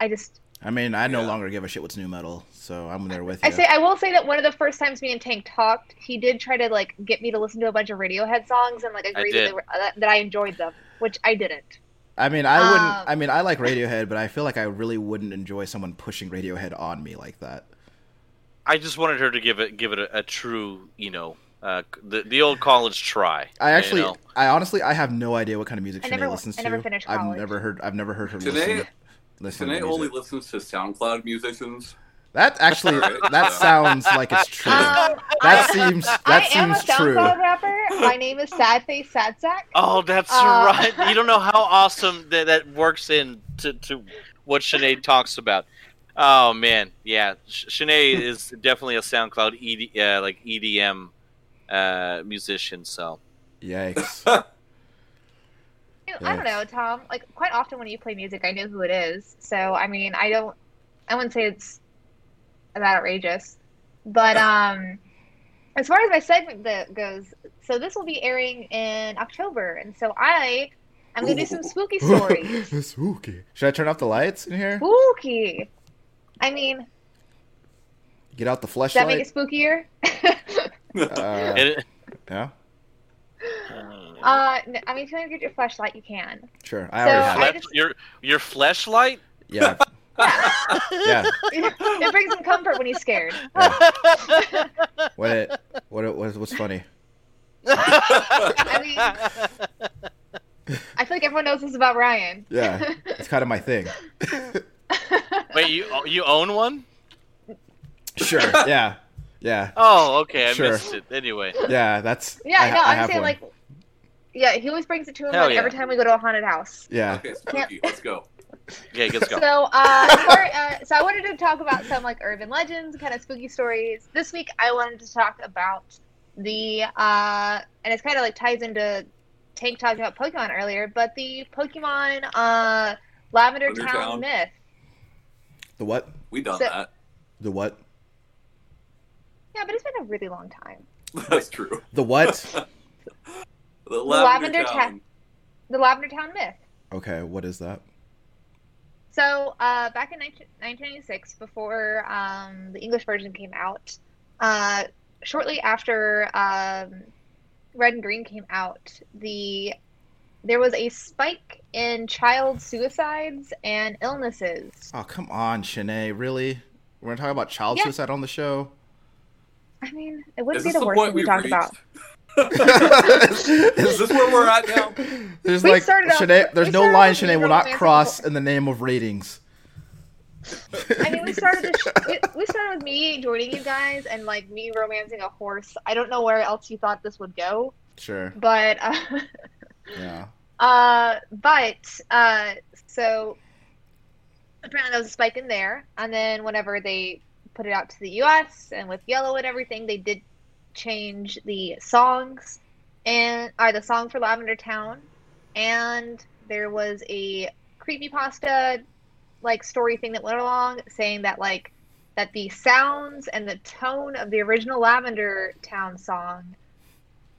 [SPEAKER 1] I just
[SPEAKER 3] I mean, I no
[SPEAKER 2] Yeah.
[SPEAKER 3] longer give a shit what's new metal, so I'm there with you.
[SPEAKER 1] I say I will say that one of the first times me and Tank talked, he did try to like get me to listen to a bunch of Radiohead songs and like agree that,
[SPEAKER 4] did.
[SPEAKER 1] they were, uh, that, that I enjoyed them, which I didn't.
[SPEAKER 3] I mean, I wouldn't.
[SPEAKER 1] Um,
[SPEAKER 3] I mean, I like Radiohead, but I feel like I really wouldn't enjoy someone pushing Radiohead on me like that.
[SPEAKER 4] I just wanted her to give it give it a, a true, you know, uh, the the old college try.
[SPEAKER 3] I
[SPEAKER 4] you
[SPEAKER 3] actually,
[SPEAKER 4] know?
[SPEAKER 3] I honestly, I have no idea what kind of music
[SPEAKER 1] I
[SPEAKER 3] Shanae
[SPEAKER 1] never-
[SPEAKER 3] listens
[SPEAKER 1] I never
[SPEAKER 3] to.
[SPEAKER 1] finished
[SPEAKER 3] I've
[SPEAKER 1] college.
[SPEAKER 3] never heard. I've never heard her listen.
[SPEAKER 2] Shanae-
[SPEAKER 3] To, listen
[SPEAKER 2] Tanae
[SPEAKER 3] to
[SPEAKER 2] only
[SPEAKER 3] music.
[SPEAKER 2] listens to SoundCloud musicians.
[SPEAKER 3] That actually, that sounds like it's true.
[SPEAKER 1] Um,
[SPEAKER 3] that seems. That
[SPEAKER 1] I am a
[SPEAKER 3] seems true.
[SPEAKER 1] SoundCloud rapper. My name is Sadface Sadsack.
[SPEAKER 4] Oh, that's
[SPEAKER 1] Uh,
[SPEAKER 4] right. You don't know how awesome that, that works in to, to what Sinead talks about. Oh man, yeah, Sh- Sinead is definitely a SoundCloud ED, uh, like EDM uh, musician. So
[SPEAKER 3] Yikes.
[SPEAKER 1] You- I don't
[SPEAKER 3] Yes.
[SPEAKER 1] know, Tom. Like quite often when you play music, I know who it is. So I mean, I don't. I wouldn't say it's that outrageous, but um, as far as my segment that goes, so this will be airing in October, and so I, I'm gonna do some spooky stories.
[SPEAKER 3] Spooky. Should I turn off the lights in here?
[SPEAKER 1] spooky. I mean, does
[SPEAKER 3] Get out the
[SPEAKER 1] that make
[SPEAKER 3] flashlight.
[SPEAKER 1] it spookier?
[SPEAKER 3] Uh,
[SPEAKER 4] and,
[SPEAKER 3] yeah,
[SPEAKER 1] uh, no, I mean, if you want to get your flashlight, you can.
[SPEAKER 3] sure. I
[SPEAKER 1] So
[SPEAKER 3] already have
[SPEAKER 1] I
[SPEAKER 3] it.
[SPEAKER 4] Flesh- your your flashlight.
[SPEAKER 3] Yeah,
[SPEAKER 1] Yeah,
[SPEAKER 3] yeah.
[SPEAKER 1] it brings him comfort when he's scared.
[SPEAKER 3] What? It, what? It, what? What's funny?
[SPEAKER 1] I mean, I feel like everyone knows this about Ryan.
[SPEAKER 3] Yeah, it's kind of my thing.
[SPEAKER 4] Wait, you you own one?
[SPEAKER 3] Sure. Yeah. Yeah.
[SPEAKER 4] Oh, okay, I
[SPEAKER 3] Sure.
[SPEAKER 4] missed it. Anyway,
[SPEAKER 3] Yeah. That's.
[SPEAKER 1] Yeah,
[SPEAKER 3] I,
[SPEAKER 1] no,
[SPEAKER 3] I
[SPEAKER 1] I'm
[SPEAKER 3] have
[SPEAKER 1] saying
[SPEAKER 3] one.
[SPEAKER 1] like, yeah, he always brings it to him
[SPEAKER 4] Hell
[SPEAKER 1] like,
[SPEAKER 4] yeah.
[SPEAKER 1] every time we go to a haunted house.
[SPEAKER 3] Yeah.
[SPEAKER 2] okay, spooky. Let's go.
[SPEAKER 4] okay, let's
[SPEAKER 1] So,
[SPEAKER 4] go.
[SPEAKER 1] uh, as far- uh, so I wanted to talk about some like urban legends, kind of spooky stories. This week, I wanted to talk about the, uh, and it's kind of like ties into Tank talking about Pokemon earlier, but the Pokemon uh, Lavender
[SPEAKER 2] Lavender
[SPEAKER 1] Town,
[SPEAKER 2] Town.
[SPEAKER 1] myth.
[SPEAKER 3] The what?
[SPEAKER 2] We done
[SPEAKER 1] So-
[SPEAKER 2] that.
[SPEAKER 3] The what?
[SPEAKER 1] Yeah, but it's been a really long time.
[SPEAKER 2] That's true.
[SPEAKER 3] The what?
[SPEAKER 2] The
[SPEAKER 1] Lavender
[SPEAKER 2] Lavender Town.
[SPEAKER 1] The Lavender Town myth.
[SPEAKER 3] okay. What is that?
[SPEAKER 1] So uh, back in 19, 1996, before um, the English version came out, uh, shortly after um, Red and Green came out, the there was a spike in child suicides and illnesses.
[SPEAKER 3] Oh come on, Shanae. Really? We're gonna talk about child
[SPEAKER 1] Yeah.
[SPEAKER 3] suicide on the show.
[SPEAKER 1] I mean, it wouldn't
[SPEAKER 2] Is
[SPEAKER 1] be
[SPEAKER 2] this
[SPEAKER 1] the
[SPEAKER 2] the
[SPEAKER 1] worst
[SPEAKER 2] point
[SPEAKER 1] thing we
[SPEAKER 2] we've
[SPEAKER 1] talked
[SPEAKER 2] reached?
[SPEAKER 1] about.
[SPEAKER 2] Is this where we're at now?
[SPEAKER 3] There's
[SPEAKER 1] We
[SPEAKER 3] like
[SPEAKER 1] started off-
[SPEAKER 3] Shanae, there's
[SPEAKER 1] we
[SPEAKER 3] no
[SPEAKER 1] started
[SPEAKER 3] line
[SPEAKER 1] off
[SPEAKER 3] Shanae will
[SPEAKER 1] zero
[SPEAKER 3] not
[SPEAKER 1] fans
[SPEAKER 3] cross
[SPEAKER 1] before.
[SPEAKER 3] in the name of ratings.
[SPEAKER 1] I mean, we started the sh- we, we started with me joining you guys and like me romancing a horse. I don't know where else you thought this would go,
[SPEAKER 3] Sure.
[SPEAKER 1] but. Uh,
[SPEAKER 3] Yeah.
[SPEAKER 1] Uh, but uh, so apparently there was a spike in there, and then whenever they put it out to the U.S. and with Yellow and everything, they did change the songs and are the song for Lavender Town, and there was a creepy pasta like story thing that went along saying that like that the sounds and the tone of the original Lavender Town song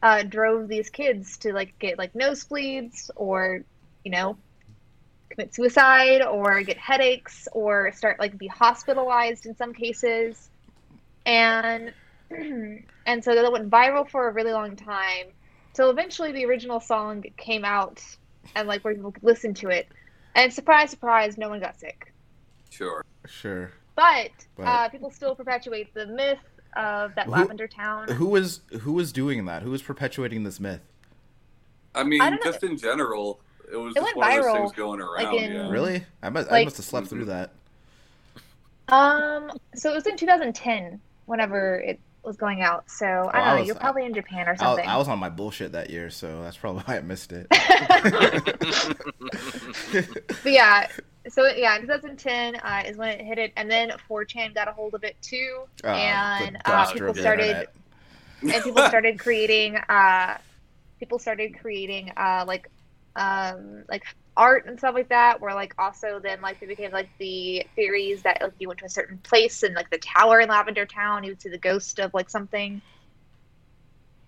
[SPEAKER 1] uh, drove these kids to like get like nosebleeds or you know commit suicide or get headaches or start like be hospitalized in some cases and and so that went viral for a really long time so eventually the original song came out and like where people could listen to it and surprise surprise no one got sick
[SPEAKER 2] Sure.
[SPEAKER 3] Sure.
[SPEAKER 1] but, uh,
[SPEAKER 3] But-
[SPEAKER 1] people still perpetuate the myth of that
[SPEAKER 3] Who-
[SPEAKER 1] lavender town
[SPEAKER 3] Who was who was doing that? Who was perpetuating this myth?
[SPEAKER 2] I mean,
[SPEAKER 1] I don't know.
[SPEAKER 2] just in general, it was
[SPEAKER 1] It
[SPEAKER 2] just
[SPEAKER 1] went
[SPEAKER 2] one of those
[SPEAKER 1] viral,
[SPEAKER 2] things going around.
[SPEAKER 1] in-
[SPEAKER 2] yeah.
[SPEAKER 3] Really? I must I
[SPEAKER 1] Like-
[SPEAKER 3] must have slept through that.
[SPEAKER 1] Um, so it was in 2010 whenever it was going out. So I
[SPEAKER 3] Oh,
[SPEAKER 1] don't
[SPEAKER 3] I
[SPEAKER 1] know.
[SPEAKER 3] was-
[SPEAKER 1] you're probably in Japan or
[SPEAKER 3] I,
[SPEAKER 1] something.
[SPEAKER 3] I was on my bullshit that year, so that's probably why I missed it. Ah,
[SPEAKER 1] But yeah. So yeah, in 2010 uh, is when it hit it, and then 4chan got a hold of it too,
[SPEAKER 3] Oh,
[SPEAKER 1] and
[SPEAKER 3] the
[SPEAKER 1] uh,
[SPEAKER 3] dumpster
[SPEAKER 1] people
[SPEAKER 3] of the
[SPEAKER 1] started
[SPEAKER 3] internet.
[SPEAKER 1] and people started creating uh, people started creating uh, like um, like art and stuff like that. Where like also then like they became like the theories that like you went to a certain place and like the tower in Lavender Town, you would see the ghost of like something.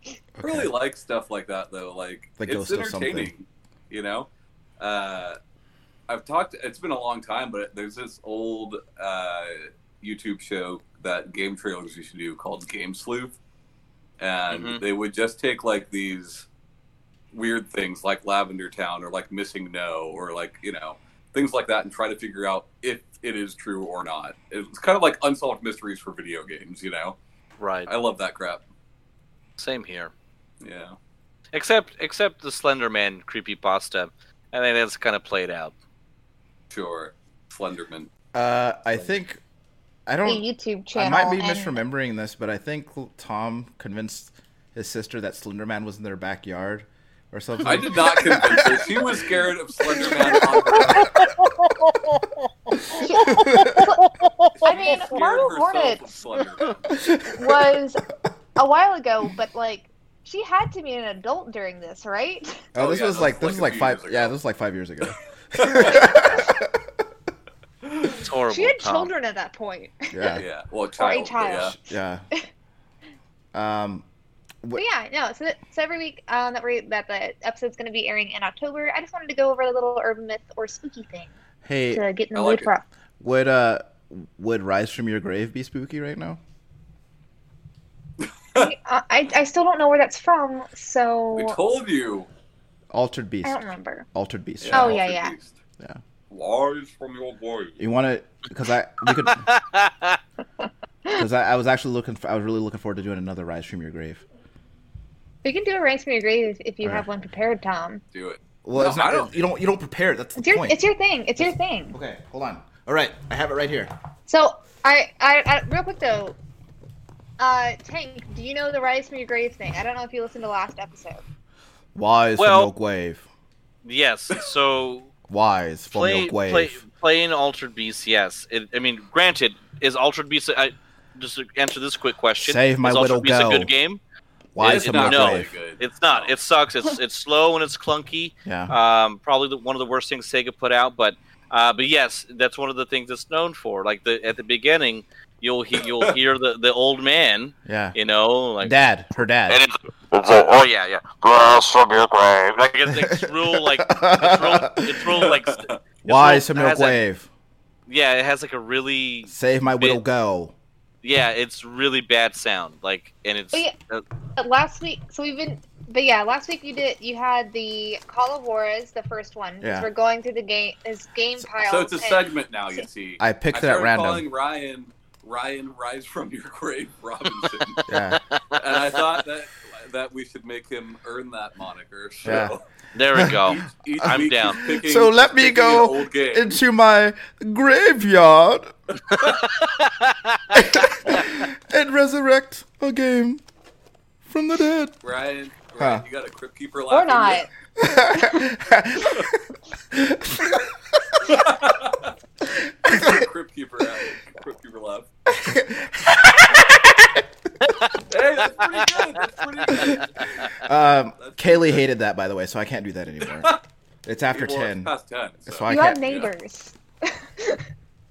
[SPEAKER 2] I really like stuff like that though. Like
[SPEAKER 3] The
[SPEAKER 2] it's
[SPEAKER 3] ghost of something.
[SPEAKER 2] entertaining, you know. Uh, I've talked. It's been a long time, but there's this old uh, YouTube show that game trailers used to do called Game Sleuth, and
[SPEAKER 4] Mhm.
[SPEAKER 2] they would just take like these weird things like Lavender Town or like Missing No or like you know things like that and try to figure out if it is true or not. It's kind of like unsolved mysteries for video games, you know.
[SPEAKER 4] Right.
[SPEAKER 2] I love that crap.
[SPEAKER 4] Same here.
[SPEAKER 2] Yeah.
[SPEAKER 4] Except except the Slender Man creepy pasta. I think that's kind of played out.
[SPEAKER 2] Sure. Slenderman.
[SPEAKER 3] Uh, I think I
[SPEAKER 1] The
[SPEAKER 3] don't.
[SPEAKER 1] YouTube
[SPEAKER 3] I
[SPEAKER 1] channel.
[SPEAKER 3] might be
[SPEAKER 1] and-
[SPEAKER 3] misremembering this, but I think Tom convinced his sister that Slenderman was in their backyard or something. Oh,
[SPEAKER 2] I did not convince her. She was scared of Slender Man. on her own.
[SPEAKER 1] I mean,
[SPEAKER 2] Scared
[SPEAKER 1] Marvel
[SPEAKER 2] herself of
[SPEAKER 1] Hornets
[SPEAKER 2] Slender Man.
[SPEAKER 1] was a while ago, but like she had to be an adult during this, right?
[SPEAKER 3] Oh, this
[SPEAKER 2] Oh, yeah,
[SPEAKER 3] was
[SPEAKER 2] that
[SPEAKER 3] like
[SPEAKER 2] was
[SPEAKER 3] this was
[SPEAKER 2] like a
[SPEAKER 3] like
[SPEAKER 2] few
[SPEAKER 3] five.
[SPEAKER 2] years ago.
[SPEAKER 3] Yeah, this was like five years ago.
[SPEAKER 4] It's horrible.
[SPEAKER 1] she had
[SPEAKER 4] Tom.
[SPEAKER 1] children at that point.
[SPEAKER 3] Yeah,
[SPEAKER 2] Yeah. Well, a
[SPEAKER 1] Or
[SPEAKER 2] child.
[SPEAKER 1] a
[SPEAKER 2] but
[SPEAKER 1] child.
[SPEAKER 3] yeah. Um,
[SPEAKER 1] But yeah, no. So, that- so every week um, that we that the episode's going to be airing in October, I just wanted to go over a little urban myth or spooky thing
[SPEAKER 3] hey,
[SPEAKER 1] to get in the
[SPEAKER 2] I
[SPEAKER 1] mood
[SPEAKER 2] like
[SPEAKER 1] for.
[SPEAKER 3] would uh, would Rise from Your Grave be spooky right now?
[SPEAKER 1] I, I I still don't know where that's from,
[SPEAKER 2] Yeah.
[SPEAKER 1] so
[SPEAKER 2] We told you.
[SPEAKER 3] Altered Beast.
[SPEAKER 1] I don't remember.
[SPEAKER 3] Altered Beast.
[SPEAKER 1] Oh, yeah,
[SPEAKER 2] Altered
[SPEAKER 1] yeah.
[SPEAKER 2] Beast.
[SPEAKER 3] Yeah.
[SPEAKER 2] Lies from your voice.
[SPEAKER 3] You want to? Because I we could. Because I, I was actually looking. For, I was really looking forward to doing another Rise from Your Grave.
[SPEAKER 1] We can do a ranks from your grave if, if you
[SPEAKER 3] Alright.
[SPEAKER 1] have one prepared, Tom.
[SPEAKER 2] Do it.
[SPEAKER 3] Well,
[SPEAKER 2] No,
[SPEAKER 3] it's not,
[SPEAKER 2] I don't-
[SPEAKER 3] you don't. You don't prepare. it, That's the
[SPEAKER 1] It's your
[SPEAKER 3] point.
[SPEAKER 1] it's your thing. It's your thing.
[SPEAKER 3] okay, hold on. All right, I have it right here.
[SPEAKER 1] So I, I, I real quick though, uh, Tank, do you know the rise from your grave thing? I don't know if you listened to last episode.
[SPEAKER 3] Wise
[SPEAKER 4] Well-
[SPEAKER 3] from Milk Wave.
[SPEAKER 4] yes. So
[SPEAKER 3] Wise from
[SPEAKER 4] play,
[SPEAKER 3] Milk Wave.
[SPEAKER 4] play playing Altered Beast. Yes. It, I mean, granted, is Altered Beast? I, just to answer this quick question.
[SPEAKER 3] Save my
[SPEAKER 4] is Altered
[SPEAKER 3] little
[SPEAKER 4] Beast a
[SPEAKER 3] girl.
[SPEAKER 4] good game?
[SPEAKER 3] Wise
[SPEAKER 4] It's
[SPEAKER 3] from
[SPEAKER 4] not
[SPEAKER 3] Milk
[SPEAKER 2] not
[SPEAKER 4] no.
[SPEAKER 2] really
[SPEAKER 3] Wave.
[SPEAKER 2] good.
[SPEAKER 4] It's not. It sucks. It's it's slow and it's clunky.
[SPEAKER 3] Yeah.
[SPEAKER 4] um, probably the, one of the worst things Sega put out. But uh, but yes, that's one of the things it's known for. Like the at the beginning, you'll he, you'll hear the, the old man,
[SPEAKER 3] Yeah.
[SPEAKER 4] you know, like
[SPEAKER 3] Dad. Her
[SPEAKER 4] and
[SPEAKER 3] dad.
[SPEAKER 4] it's, it's like, oh yeah yeah, glass from your grave. Like it's, it's real like it's real, it's real like s- it's
[SPEAKER 3] Wise
[SPEAKER 4] real-
[SPEAKER 3] from Milk
[SPEAKER 4] has that-
[SPEAKER 3] Wave.
[SPEAKER 4] yeah, it has like a really
[SPEAKER 3] Save my little
[SPEAKER 4] It-
[SPEAKER 3] girl.
[SPEAKER 4] yeah, it's really bad sound. Like and it's
[SPEAKER 1] But yeah,
[SPEAKER 4] uh,
[SPEAKER 1] But last week, so we've been, but yeah, last week you did you had the Call of Juarez, the first one. 'cause
[SPEAKER 3] Yeah.
[SPEAKER 1] We're going through the game is game pile.
[SPEAKER 2] So it's a
[SPEAKER 1] and-
[SPEAKER 2] segment now. You see.
[SPEAKER 3] I picked it at
[SPEAKER 2] started
[SPEAKER 3] random.
[SPEAKER 2] Calling Ryan. Ryan, rise from your grave, Robinson.
[SPEAKER 3] Yeah.
[SPEAKER 2] and I thought that that we should make him earn that moniker. So
[SPEAKER 3] Yeah.
[SPEAKER 4] there we go.
[SPEAKER 2] each, each
[SPEAKER 4] I'm
[SPEAKER 2] week he's
[SPEAKER 4] down.
[SPEAKER 2] picking-
[SPEAKER 3] So let me
[SPEAKER 2] picking an
[SPEAKER 3] go
[SPEAKER 2] old game.
[SPEAKER 3] Into my graveyard and resurrect a game from the dead.
[SPEAKER 2] Ryan, Ryan
[SPEAKER 3] Huh.
[SPEAKER 2] you got a crypt keeper
[SPEAKER 1] Or
[SPEAKER 2] laughing.
[SPEAKER 1] not.
[SPEAKER 2] crypt keeper out. Crypt keeper laugh. hey, that's pretty good. That's pretty good.
[SPEAKER 3] um, Kaylee hated that, by the way, so I can't do that anymore. It's after
[SPEAKER 2] Well, it's
[SPEAKER 3] 10.
[SPEAKER 2] past ten. So.
[SPEAKER 3] That's why I
[SPEAKER 1] you have
[SPEAKER 3] can't.
[SPEAKER 1] neighbors.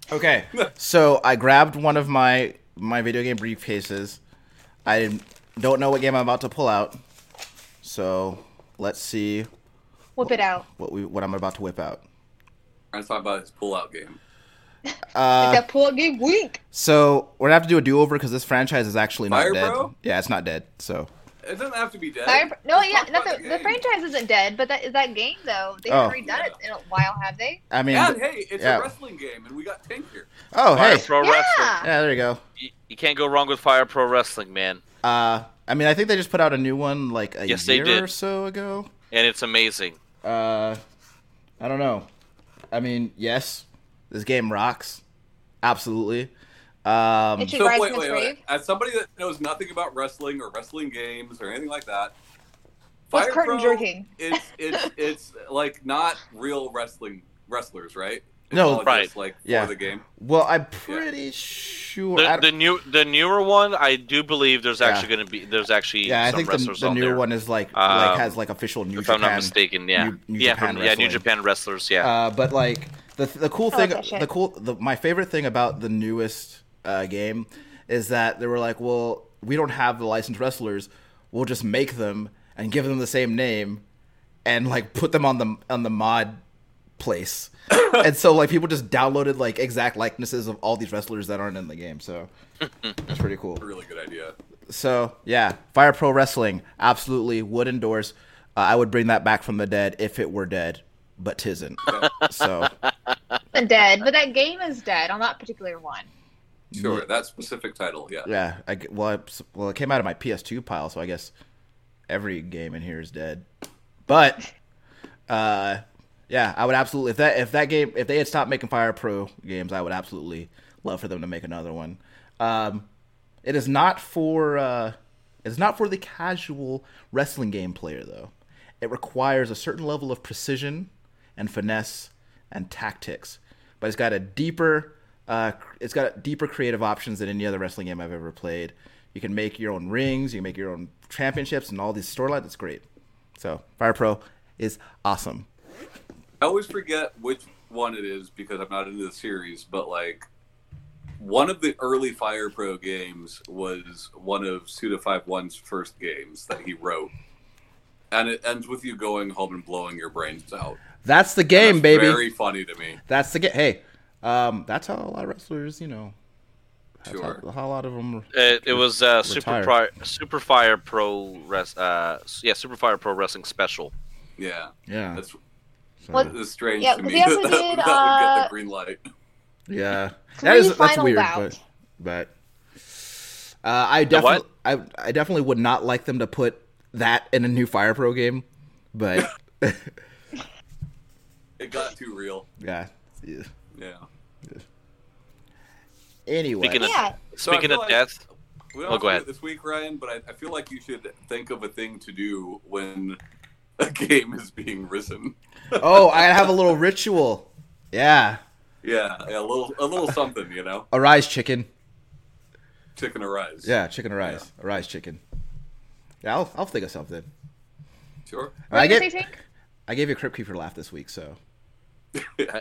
[SPEAKER 3] Okay, so I grabbed one of my my video game briefcases. I don't know what game I'm about to pull out, so let's see
[SPEAKER 1] Whip it out.
[SPEAKER 3] what we what I'm about to whip out.
[SPEAKER 2] I'm talking about his pull-out game.
[SPEAKER 3] Uh,
[SPEAKER 1] it's a pool game week.
[SPEAKER 3] So we're gonna have to do a do over because this franchise is actually not
[SPEAKER 2] Fire
[SPEAKER 3] dead.
[SPEAKER 2] Bro?
[SPEAKER 3] Yeah, it's not dead. So
[SPEAKER 2] It doesn't have to be dead.
[SPEAKER 1] Fire- no,
[SPEAKER 2] Let's
[SPEAKER 1] yeah,
[SPEAKER 2] talk
[SPEAKER 1] not
[SPEAKER 2] about
[SPEAKER 1] the, the
[SPEAKER 2] game.
[SPEAKER 1] franchise isn't dead, but that is that game though. They
[SPEAKER 3] Oh.
[SPEAKER 1] haven't redone it in a while, have they?
[SPEAKER 3] I mean,
[SPEAKER 2] And hey, it's
[SPEAKER 3] Yeah.
[SPEAKER 2] a wrestling game, and we got Tank here.
[SPEAKER 3] oh
[SPEAKER 4] Fire
[SPEAKER 3] hey,
[SPEAKER 4] Pro
[SPEAKER 1] yeah.
[SPEAKER 4] Wrestling.
[SPEAKER 3] yeah, there you go.
[SPEAKER 4] You, you can't go wrong with Fire Pro Wrestling, man.
[SPEAKER 3] Uh, I mean, I think they just put out a new one like a
[SPEAKER 4] Yes, they
[SPEAKER 3] year
[SPEAKER 4] did.
[SPEAKER 3] or so ago.
[SPEAKER 4] And it's amazing.
[SPEAKER 3] Uh, I don't know. I mean, yes, this game rocks, absolutely. Um,
[SPEAKER 1] It should
[SPEAKER 2] So
[SPEAKER 1] rise
[SPEAKER 2] wait,
[SPEAKER 1] from its
[SPEAKER 2] wait,
[SPEAKER 1] grave.
[SPEAKER 2] wait. As somebody that knows nothing about wrestling or wrestling games or anything like that,
[SPEAKER 1] What's
[SPEAKER 2] Fire
[SPEAKER 1] curtain
[SPEAKER 2] Pro,
[SPEAKER 1] jerking?
[SPEAKER 2] It's it's it's like not real wrestling wrestlers, right? It's
[SPEAKER 3] No,
[SPEAKER 2] all just,
[SPEAKER 4] right.
[SPEAKER 2] Like
[SPEAKER 3] Yeah.
[SPEAKER 2] for the game.
[SPEAKER 3] well, I'm pretty sure. I don't-
[SPEAKER 4] The, the new, the newer one, I do believe there's
[SPEAKER 3] Yeah.
[SPEAKER 4] actually going to be there's actually
[SPEAKER 3] yeah, I
[SPEAKER 4] some
[SPEAKER 3] think the,
[SPEAKER 4] wrestlers
[SPEAKER 3] the
[SPEAKER 4] on
[SPEAKER 3] newer
[SPEAKER 4] there.
[SPEAKER 3] one is like
[SPEAKER 4] Um,
[SPEAKER 3] like has like official New
[SPEAKER 4] if
[SPEAKER 3] Japan.
[SPEAKER 4] I'm not mistaken, yeah,
[SPEAKER 3] New- New
[SPEAKER 4] yeah,
[SPEAKER 3] Japan
[SPEAKER 4] from, yeah, New
[SPEAKER 3] wrestling.
[SPEAKER 4] Japan wrestlers, yeah,
[SPEAKER 3] Uh, but like the the cool
[SPEAKER 1] I love
[SPEAKER 3] thing,
[SPEAKER 1] that shit.
[SPEAKER 3] the cool, the, my favorite thing about the newest uh, game is that they were like, well, we don't have the licensed wrestlers, we'll just make them and give them the same name, and like put them on the on the mod place, and so like people just downloaded like exact likenesses of all these wrestlers that aren't in the game. So that's pretty cool.
[SPEAKER 2] A really good idea.
[SPEAKER 3] Mm-hmm. So yeah, Fire Pro Wrestling absolutely would endorse. Uh, I would bring that back from the dead if it were dead, but tisn't. So
[SPEAKER 1] It's dead, but that game is dead on that particular one.
[SPEAKER 2] Sure, that specific title, yeah.
[SPEAKER 3] yeah, I, g- well, I, well, it came out of my PS2 pile, so I guess every game in here is dead. But uh, yeah, I would absolutely if that if that game if they had stopped making Fire Pro games, I would absolutely love for them to make another one. Um, it is not for uh, it's not for the casual wrestling game player though. It requires a certain level of precision and finesse and tactics, but it's got a deeper uh, it's got deeper creative options than any other wrestling game I've ever played. You can make your own rings, you can make your own championships, and all these storylines. It's great. So Fire Pro is awesome.
[SPEAKER 2] I always forget which one it is because I'm not into the series, but like one of the early Fire Pro games was one of Suda51's first games that he wrote. And it ends with you going home and blowing your brains out.
[SPEAKER 3] That's the game,
[SPEAKER 2] That's
[SPEAKER 3] baby.
[SPEAKER 2] Very funny to me.
[SPEAKER 3] That's the game. Hey, um, that's how a lot of wrestlers, you know, that's
[SPEAKER 2] Sure.
[SPEAKER 3] how, how a lot of them.
[SPEAKER 4] It, it was uh, Super Pri-
[SPEAKER 3] Retired.
[SPEAKER 4] Super Fire Pro Res- uh, s- yeah Super Fire Pro Wrestling Special.
[SPEAKER 2] Yeah.
[SPEAKER 3] Yeah,
[SPEAKER 2] That's,
[SPEAKER 3] so-
[SPEAKER 1] What-
[SPEAKER 2] that's strange
[SPEAKER 1] Yeah,
[SPEAKER 2] to
[SPEAKER 1] 'cause
[SPEAKER 2] me.
[SPEAKER 1] he also
[SPEAKER 2] that,
[SPEAKER 1] did,
[SPEAKER 2] that would get
[SPEAKER 1] uh,
[SPEAKER 2] the green light.
[SPEAKER 3] yeah.
[SPEAKER 1] Three
[SPEAKER 3] That is that's
[SPEAKER 1] final
[SPEAKER 3] weird,
[SPEAKER 1] bout.
[SPEAKER 3] but but uh, I
[SPEAKER 4] The what?
[SPEAKER 3] definitely I I definitely would not like them to put that in a new Fire Pro game, but
[SPEAKER 2] It got too real.
[SPEAKER 3] yeah. Yeah.
[SPEAKER 2] Yeah.
[SPEAKER 3] Anyway,
[SPEAKER 4] Speaking of-
[SPEAKER 1] Yeah,
[SPEAKER 2] So I
[SPEAKER 4] Speaking
[SPEAKER 2] feel
[SPEAKER 4] of
[SPEAKER 2] like-
[SPEAKER 4] death,
[SPEAKER 2] We
[SPEAKER 4] Oh,
[SPEAKER 2] don't
[SPEAKER 4] go
[SPEAKER 2] have
[SPEAKER 4] ahead.
[SPEAKER 2] to do it this week, Ryan, but I, I feel like you should think of a thing to do when a game is being risen.
[SPEAKER 3] oh, I gotta have a little ritual. Yeah,
[SPEAKER 2] Yeah, yeah, a little, a little something, you know,
[SPEAKER 3] arise, chicken.
[SPEAKER 2] chicken or rice.
[SPEAKER 3] Yeah, chicken arise, arise, chicken. Yeah, I'll I'll think of something.
[SPEAKER 2] sure.
[SPEAKER 1] what
[SPEAKER 3] I
[SPEAKER 1] did
[SPEAKER 3] get-
[SPEAKER 1] you think?
[SPEAKER 3] I gave you a Crypt Keeper laugh this week, so
[SPEAKER 4] oh,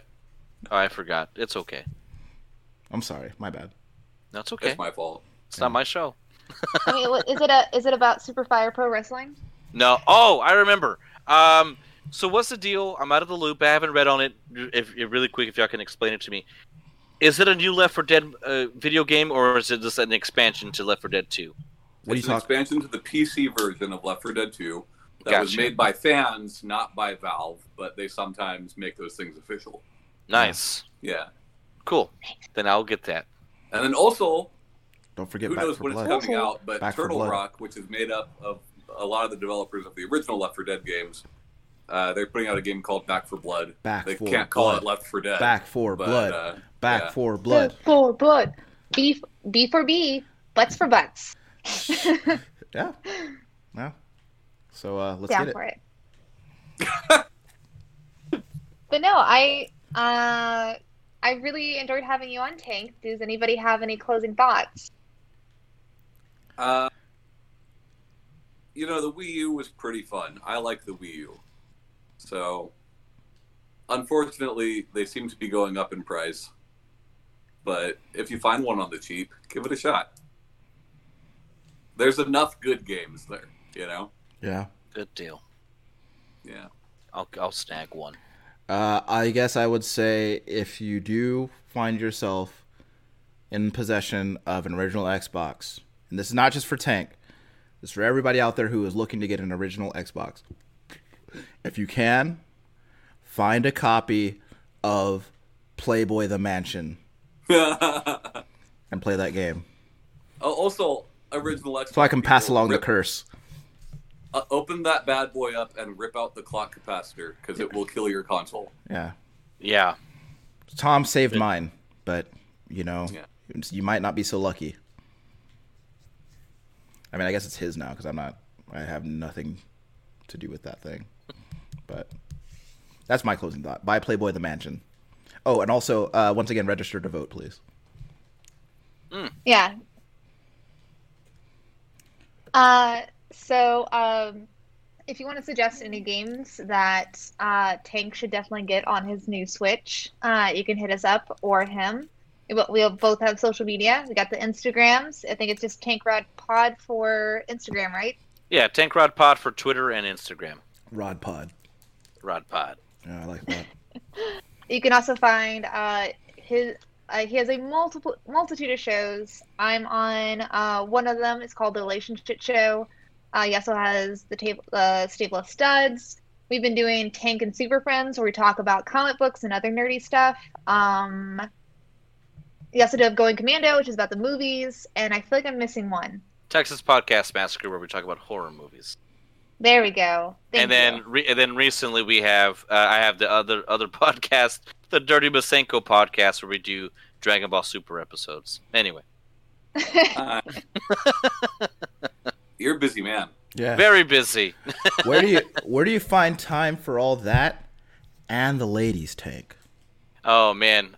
[SPEAKER 4] I forgot. It's okay.
[SPEAKER 3] I'm sorry. My bad.
[SPEAKER 4] That's okay.
[SPEAKER 2] That's my fault.
[SPEAKER 4] It's not my show.
[SPEAKER 1] I mean, what- is it a is it about Super Fire Pro Wrestling?
[SPEAKER 4] No. Oh, I remember. Um, so what's the deal? I'm out of the loop. I haven't read on it. If, if really quick, if y'all can explain it to me, is it a new Left 4 Dead uh, video game or is it just an expansion to Left 4 Dead 2?
[SPEAKER 3] What
[SPEAKER 2] it's
[SPEAKER 3] are you
[SPEAKER 2] an
[SPEAKER 3] talking?
[SPEAKER 2] expansion to the PC version of Left 4 Dead 2 that was
[SPEAKER 4] Gotcha.
[SPEAKER 2] made by fans, not by Valve, but they sometimes make those things official.
[SPEAKER 4] Nice.
[SPEAKER 2] Yeah.
[SPEAKER 4] Cool. Then I'll get that.
[SPEAKER 2] And then also,
[SPEAKER 3] Don't forget
[SPEAKER 2] who
[SPEAKER 3] Back
[SPEAKER 2] knows
[SPEAKER 3] for
[SPEAKER 2] when it's
[SPEAKER 3] Blood.
[SPEAKER 2] coming out, but
[SPEAKER 3] Back for
[SPEAKER 2] Turtle
[SPEAKER 3] Blood.
[SPEAKER 2] Rock, which is made up of a lot of the developers of the original Left 4 Dead games, uh, they're putting out a game called Back for Blood.
[SPEAKER 3] Back
[SPEAKER 2] they
[SPEAKER 3] 4
[SPEAKER 2] can't call
[SPEAKER 3] Blood.
[SPEAKER 2] it Left 4 Dead.
[SPEAKER 3] Back for
[SPEAKER 2] but,
[SPEAKER 3] blood.
[SPEAKER 2] uh,
[SPEAKER 3] Back
[SPEAKER 2] yeah.
[SPEAKER 3] for blood.
[SPEAKER 1] For blood. B f- B for B. Butts for butts.
[SPEAKER 3] Yeah. Yeah. So uh, let's
[SPEAKER 1] down
[SPEAKER 3] get it.
[SPEAKER 1] for it. but no, I uh, I really enjoyed having you on Tank. Does anybody have any closing thoughts?
[SPEAKER 2] Uh, you know, the Wii U was pretty fun. I like the Wii U. So, unfortunately, they seem to be going up in price. But if you find one on the cheap, give it a shot. There's enough good games there, you know?
[SPEAKER 3] Yeah.
[SPEAKER 4] Good deal.
[SPEAKER 2] Yeah.
[SPEAKER 4] I'll, I'll snag one.
[SPEAKER 3] Uh, I guess I would say if you do find yourself in possession of an original Xbox, and this is not just for Tank, this is for everybody out there who is looking to get an original Xbox. If you can, find a copy of Playboy the Mansion and play that game.
[SPEAKER 2] Oh, also, original Xbox.
[SPEAKER 3] So I can pass
[SPEAKER 2] people,
[SPEAKER 3] along the
[SPEAKER 2] rip-
[SPEAKER 3] curse.
[SPEAKER 2] uh, open that bad boy up and rip out the clock capacitor because it will kill your console.
[SPEAKER 3] Yeah.
[SPEAKER 4] Yeah.
[SPEAKER 3] Tom saved mine, but you know,
[SPEAKER 2] Yeah.
[SPEAKER 3] you might not be so lucky. I mean, I guess it's his now because I'm not. I have nothing to do with that thing. But that's my closing thought. Buy Playboy the Mansion. Oh, and also, uh, once again, register to vote, please.
[SPEAKER 1] Yeah. Uh, so um, if you want to suggest any games that uh, Tank should definitely get on his new Switch, uh, you can hit us up or him. We- We'll both have social media. We got the Instagrams. I think it's just Tank Rod Pod for Instagram, right?
[SPEAKER 4] Yeah. Tank Rod Pod for Twitter and Instagram.
[SPEAKER 3] Rod Pod.
[SPEAKER 4] Rod Pod.
[SPEAKER 3] Yeah, I like that.
[SPEAKER 1] You can also find uh, his. Uh, he has a multiple multitude of shows. I'm on uh, one of them. It's called the Relationship Show. Uh, he also has the table, uh, Stable of Studs. We've been doing Tank and Super Friends, where we talk about comic books and other nerdy stuff. Um, he also did Going Commando, which is about the movies, and I feel like I'm missing one.
[SPEAKER 4] Texas Podcast Massacre, where we talk about horror movies.
[SPEAKER 1] There we go. Thank
[SPEAKER 4] and then
[SPEAKER 1] you.
[SPEAKER 4] re- and then recently we have uh, I have the other other podcast, the Dirty Basenko podcast, where we do Dragon Ball Super episodes. Anyway,
[SPEAKER 2] Uh, you're a busy man.
[SPEAKER 3] Yeah.
[SPEAKER 4] very busy.
[SPEAKER 3] where do you where do you find time for all that and the ladies take?
[SPEAKER 4] Oh man,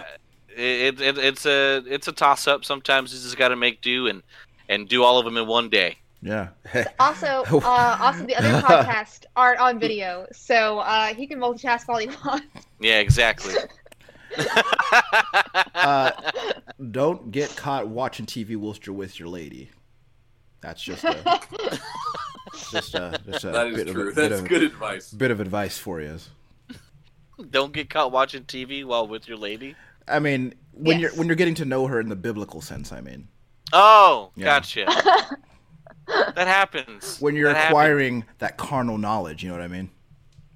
[SPEAKER 4] uh, it, it it's a it's a toss up. Sometimes you just got to make do and and do all of them in one day.
[SPEAKER 3] Yeah.
[SPEAKER 1] also, uh, also the other podcasts aren't on video, so uh, he can multitask all he wants.
[SPEAKER 4] Yeah, exactly.
[SPEAKER 3] uh, don't get caught watching TV whilst you're with your lady. That's just a just a, just a
[SPEAKER 2] That
[SPEAKER 3] bit,
[SPEAKER 2] is
[SPEAKER 3] of-
[SPEAKER 2] true.
[SPEAKER 3] bit
[SPEAKER 2] That's
[SPEAKER 3] of,
[SPEAKER 2] good advice.
[SPEAKER 3] bit of advice for you.
[SPEAKER 4] Don't get caught watching TV while with your lady.
[SPEAKER 3] I mean, when
[SPEAKER 1] Yes.
[SPEAKER 3] you're when you're getting to know her in the biblical sense, I mean,
[SPEAKER 4] Oh,
[SPEAKER 3] Yeah.
[SPEAKER 4] gotcha. that happens.
[SPEAKER 3] when you're
[SPEAKER 4] That happens.
[SPEAKER 3] acquiring that carnal knowledge, you know what I mean?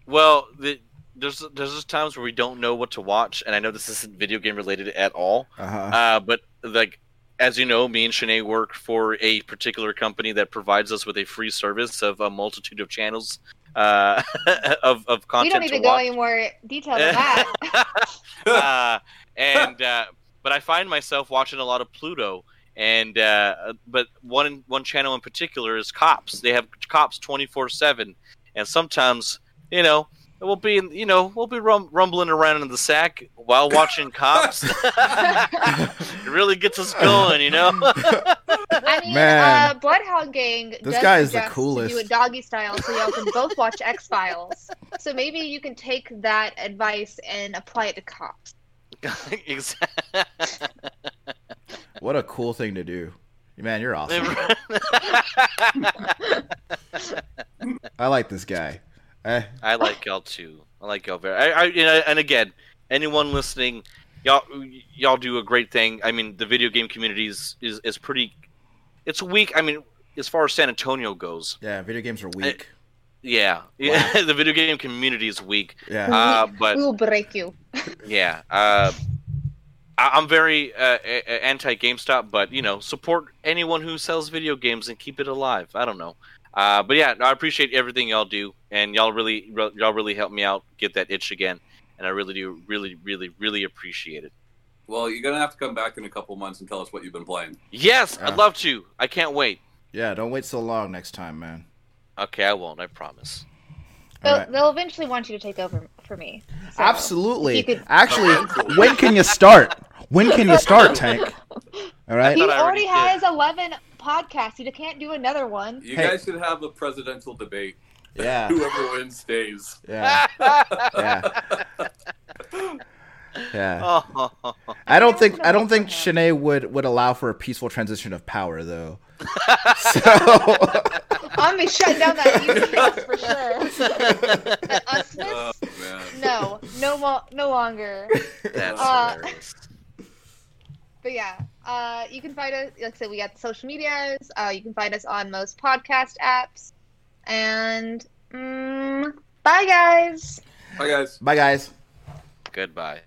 [SPEAKER 4] Well, the, there's there's just times where we don't know what to watch, and I know this isn't video game related at all.
[SPEAKER 3] Uh-huh.
[SPEAKER 4] Uh, but like as you know, me and Shanae work for a particular company that provides us with a free service of a multitude of channels uh, of of
[SPEAKER 1] we
[SPEAKER 4] content
[SPEAKER 1] don't need to,
[SPEAKER 4] to
[SPEAKER 1] go
[SPEAKER 4] watch.
[SPEAKER 1] any more detail than that.
[SPEAKER 4] uh, and uh, but I find myself watching a lot of Pluto, and uh, but one one channel in particular is Cops. They have Cops twenty four seven, and sometimes you know we'll be in- you know we'll be rum- rumbling around in the sack while watching Cops. it
[SPEAKER 3] Uh-huh.
[SPEAKER 4] really gets us going, you know.
[SPEAKER 1] I mean,
[SPEAKER 3] Man.
[SPEAKER 1] Uh, Bloodhound Gang.
[SPEAKER 3] This
[SPEAKER 1] does
[SPEAKER 3] guy is the
[SPEAKER 1] suggest to
[SPEAKER 3] coolest.
[SPEAKER 1] Do it doggy style, so y'all can both watch X Files. So maybe you can take that advice and apply it to cops.
[SPEAKER 4] exactly.
[SPEAKER 3] What a cool thing to do, man! You're awesome. I like this guy. Eh,
[SPEAKER 4] I like y'all too. I like y'all very. I, I, you know, and again, anyone listening, y'all, y'all do a great thing. I mean, the video game community is is, is pretty. It's weak. I mean, as far as San Antonio goes,
[SPEAKER 3] yeah, video games are weak.
[SPEAKER 4] yeah, yeah the video game community is weak.
[SPEAKER 3] Yeah,
[SPEAKER 4] Uh,
[SPEAKER 1] We-
[SPEAKER 4] but
[SPEAKER 1] we will break you.
[SPEAKER 4] yeah, uh, I, I'm very uh, anti GameStop, but you know, support anyone who sells video games and keep it alive. I don't know, uh, but yeah, no, I appreciate everything y'all do, and y'all really, y'all really helped me out get that itch again, and I really do, really, really, really appreciate it.
[SPEAKER 2] Well, you're gonna have to come back in a couple months and tell us what you've been playing.
[SPEAKER 4] Yes,
[SPEAKER 3] Yeah.
[SPEAKER 4] I'd love to. I can't wait.
[SPEAKER 3] yeah. Don't wait so long next time, man.
[SPEAKER 4] Okay, I won't. I promise.
[SPEAKER 1] They'll,
[SPEAKER 3] All right.
[SPEAKER 1] they'll eventually want you to take over for me. So
[SPEAKER 3] Absolutely.
[SPEAKER 1] if you could-
[SPEAKER 3] Actually, when can you start? When can you start, Tank? All right.
[SPEAKER 1] He
[SPEAKER 4] thought I already
[SPEAKER 1] already has
[SPEAKER 4] did.
[SPEAKER 1] eleven podcasts. He can't do another one.
[SPEAKER 2] You
[SPEAKER 3] Hey.
[SPEAKER 2] guys should have a presidential debate.
[SPEAKER 3] Yeah.
[SPEAKER 2] Whoever wins stays.
[SPEAKER 3] Yeah. Yeah. Yeah.
[SPEAKER 4] Oh,
[SPEAKER 3] I don't
[SPEAKER 1] Everyone's
[SPEAKER 3] think
[SPEAKER 1] gonna
[SPEAKER 3] I don't
[SPEAKER 1] vote
[SPEAKER 3] think
[SPEAKER 1] for him.
[SPEAKER 3] Shanae would would allow for a peaceful transition of power though. so
[SPEAKER 1] I'm gonna shut down that YouTube for sure. That
[SPEAKER 2] Oh
[SPEAKER 4] Uh,
[SPEAKER 1] Usness?
[SPEAKER 2] man.
[SPEAKER 1] No, no, mo- no longer.
[SPEAKER 4] that's
[SPEAKER 1] Uh,
[SPEAKER 4] hilarious.
[SPEAKER 1] But yeah, uh, you can find us. Like I said, we got social medias. Uh, you can find us on most podcast apps. And mm, bye, guys.
[SPEAKER 2] Hi guys.
[SPEAKER 3] bye guys.
[SPEAKER 4] Goodbye.